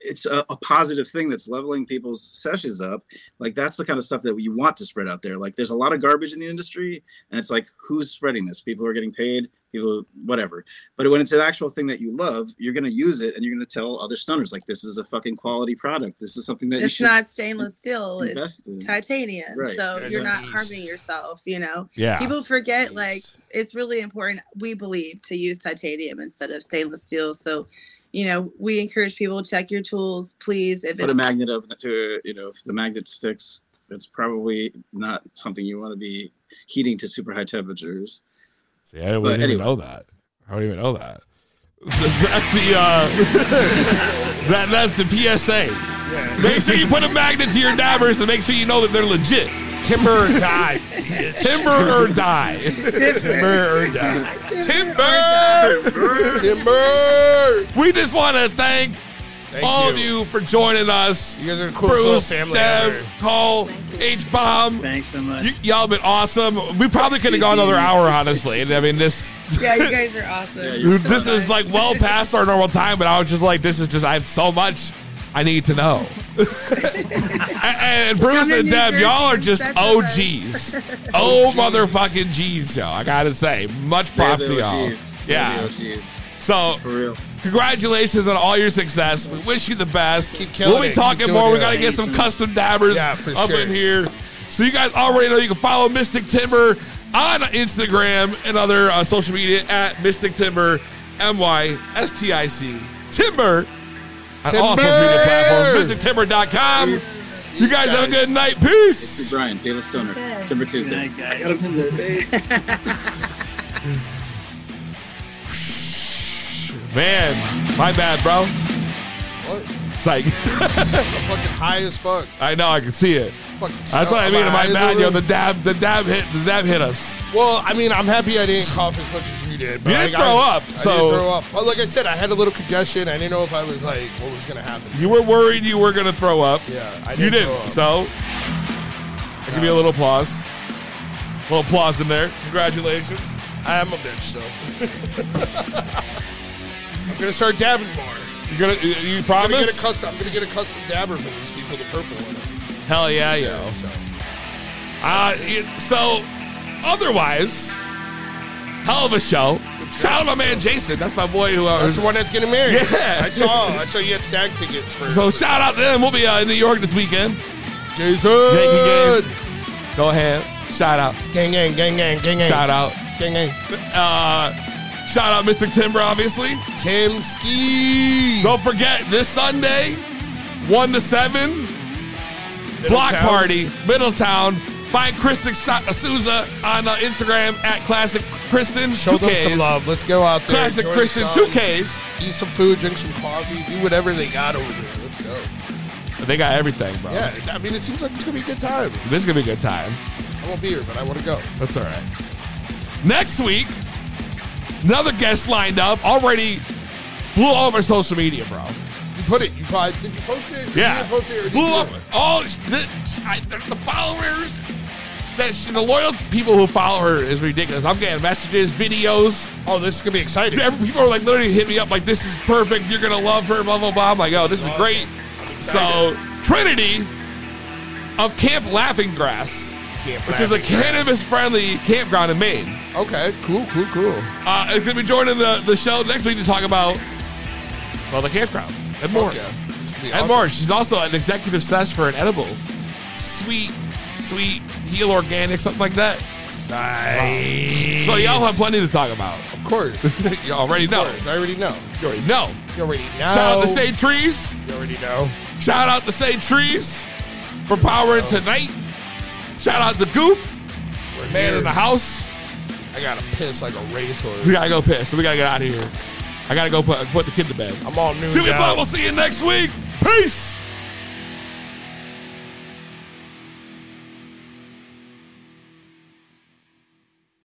Speaker 5: it's a, a positive thing that's leveling people's sessions up. Like that's the kind of stuff that you want to spread out there. Like there's a lot of garbage in the industry, and it's like who's spreading this? People who are getting paid, people whatever. But when it's an actual thing that you love, you're gonna use it and you're gonna tell other stunners like this is a fucking quality product. This is something that you
Speaker 7: it's
Speaker 5: should
Speaker 7: not stainless steel, it's
Speaker 5: invest in.
Speaker 7: titanium.
Speaker 5: Right.
Speaker 7: So
Speaker 3: It's
Speaker 7: you're
Speaker 3: a
Speaker 7: not
Speaker 3: beast.
Speaker 7: harming yourself, you know?
Speaker 2: Yeah.
Speaker 7: People forget, like, it's really important, we believe, to use titanium instead of stainless steel. So, you know, we encourage people check your tools, please. If
Speaker 5: put
Speaker 7: it's
Speaker 5: a magnet up to you know if the magnet sticks it's probably not something you want to be heating to super high temperatures
Speaker 2: See, I wouldn't
Speaker 5: But
Speaker 2: even
Speaker 5: anyway.
Speaker 2: know that. I don't even know that. That's the uh, that that's the PSA. Make sure you put a magnet to your dabbers to make sure you know that they're legit.
Speaker 3: Timber or die.
Speaker 2: Timber or die.
Speaker 3: Timber or die.
Speaker 2: Timber.
Speaker 3: Timber.
Speaker 2: We just want to thank
Speaker 3: Thank
Speaker 2: all of you for joining us.
Speaker 3: You guys are the coolest little
Speaker 2: Bruce,
Speaker 3: family.
Speaker 2: Deb,
Speaker 3: ever.
Speaker 2: Cole, H Bomb.
Speaker 6: Thanks so much.
Speaker 2: You, y'all been awesome. We probably could have gone another hour, honestly. I mean, this
Speaker 7: yeah, you guys are awesome.
Speaker 5: you're
Speaker 2: this is like well past our normal time, but I was just like, this is just I have so much I need to know. and, and Bruce
Speaker 7: Come to
Speaker 2: and
Speaker 7: New
Speaker 2: Deb,
Speaker 7: Jersey
Speaker 2: y'all are
Speaker 7: and
Speaker 2: just
Speaker 7: fetch
Speaker 2: OGs. oh motherfucking G's, yo! I gotta say, much props to y'all. Yeah. So,
Speaker 5: for real
Speaker 2: congratulations on all your success. We wish you the best.
Speaker 3: Keep killing
Speaker 2: we'll be
Speaker 3: it.
Speaker 2: talking
Speaker 3: Keep
Speaker 2: more.
Speaker 3: doing
Speaker 2: We
Speaker 3: it.
Speaker 2: gotta get some custom dabbers
Speaker 3: Yeah, for
Speaker 2: up
Speaker 3: sure.
Speaker 2: in here. So you guys already know you can follow Mystic Timber on Instagram and other uh, social media at Mystic Timber, M Y S T I C Timber on all
Speaker 3: Timber!
Speaker 2: social media platforms. MysticTimber.com.
Speaker 5: Peace.
Speaker 2: You guys have a
Speaker 5: Guys.
Speaker 2: good night. Peace.
Speaker 5: It's brian david stoner
Speaker 8: Okay.
Speaker 5: timber
Speaker 6: Good
Speaker 5: tuesday
Speaker 6: night, guys.
Speaker 2: Man, my bad, bro.
Speaker 3: What?
Speaker 2: It's like
Speaker 3: I'm fucking high as fuck.
Speaker 2: I know I can see it.
Speaker 3: Fucking
Speaker 2: That's what I
Speaker 3: I'm
Speaker 2: mean.
Speaker 3: high
Speaker 2: My
Speaker 3: as a
Speaker 2: bad, yo.
Speaker 3: room.
Speaker 2: The dab, the dab hit, the dab hit us.
Speaker 3: Well, I mean, I'm happy I didn't cough as much as you did. But
Speaker 2: You didn't
Speaker 3: like, I-
Speaker 2: throw up,
Speaker 3: I
Speaker 2: so-
Speaker 3: didn't throw up. But like I said, I had a little congestion. I didn't know if I was like what was gonna happen.
Speaker 2: You were worried you were gonna throw up.
Speaker 3: Yeah, I
Speaker 2: you
Speaker 3: didn't
Speaker 2: didn't. So,
Speaker 3: throw
Speaker 2: I give you a little applause. A little applause in there. Congratulations.
Speaker 3: I am a bitch, so I'm gonna start dabbing more.
Speaker 2: You're gonna. You, you
Speaker 3: I'm gonna,
Speaker 2: promise?
Speaker 3: get a custom, I'm gonna get a custom dabber from these people, the purple one.
Speaker 2: Hell yeah, yo.
Speaker 3: So.
Speaker 2: Uh, it- so, otherwise, Hell of a show. Shout out my man Jason. That's my boy who. Uh,
Speaker 3: That's the one that's getting married.
Speaker 2: Yeah.
Speaker 3: I saw. I saw you had stag tickets for
Speaker 2: so shout out to them. We'll be uh, in New York this weekend.
Speaker 3: Jason.
Speaker 2: Yankee Go ahead. Shout out.
Speaker 3: Gang, gang, gang, gang, gang, gang.
Speaker 2: Shout out.
Speaker 3: Gang, gang.
Speaker 2: Uh, shout out Mr. Timber, obviously.
Speaker 3: Tim Ski.
Speaker 2: Don't forget this Sunday, one to seven, block
Speaker 3: Middletown.
Speaker 2: party, Middletown. Find Kristen Sa- Souza on uh, Instagram at Classic Kristen.
Speaker 3: Show
Speaker 2: 2Ks.
Speaker 3: them some love. Let's go out there.
Speaker 2: Classic
Speaker 3: enjoy the
Speaker 2: Kristen.
Speaker 3: sun,
Speaker 2: Two Ks.
Speaker 3: Eat some food, drink some coffee, do whatever they got over there. Let's go.
Speaker 2: They got everything, bro.
Speaker 3: Yeah, I mean, it seems like it's gonna be a good time.
Speaker 2: This is gonna be a good time.
Speaker 3: I won't be here, but I want to go.
Speaker 2: That's all right. Next week, another guest lined up. Already blew all of our social media, bro.
Speaker 3: You put it. You probably did. You post it. You
Speaker 2: Yeah,
Speaker 3: didn't post it, or did
Speaker 2: blew
Speaker 3: you
Speaker 2: up
Speaker 3: do it?
Speaker 2: all the, I, the the followers. That she, the loyal people who follow her is ridiculous. I'm getting messages, videos.
Speaker 3: Oh, this is gonna be exciting.
Speaker 2: Every, people are like literally hit me up like, "This is perfect. You're gonna love her." Blah blah blah. I'm like, "Oh, this is great." So Trinity of Camp Laughing Grass, which is a cannabis-friendly campground in Maine.
Speaker 3: Okay. Cool. Cool. Cool.
Speaker 2: Uh, it's gonna be joining the, the show next week to talk about well the campground and more.
Speaker 3: Fuck yeah. It's gonna be
Speaker 2: And
Speaker 3: awesome.
Speaker 2: more. She's also an executive sesh for an edible, sweet, sweet heal organic something like that. Nice. So y'all have plenty to talk about.
Speaker 3: Of course.
Speaker 2: You already know.
Speaker 3: I already know.
Speaker 2: You already know.
Speaker 3: You already know.
Speaker 2: Shout out to Say Trees.
Speaker 3: You already know.
Speaker 2: Shout out to Say Trees for powering tonight. Shout out to Goof,
Speaker 3: We're
Speaker 2: man
Speaker 3: here.
Speaker 2: in the house.
Speaker 3: I gotta piss like a
Speaker 2: We
Speaker 3: racehorse.
Speaker 2: gotta go piss. So we gotta get out of here. I gotta go put put the kid to bed.
Speaker 3: I'm all new.
Speaker 2: Jimmy Bob, we'll see you next week. Peace.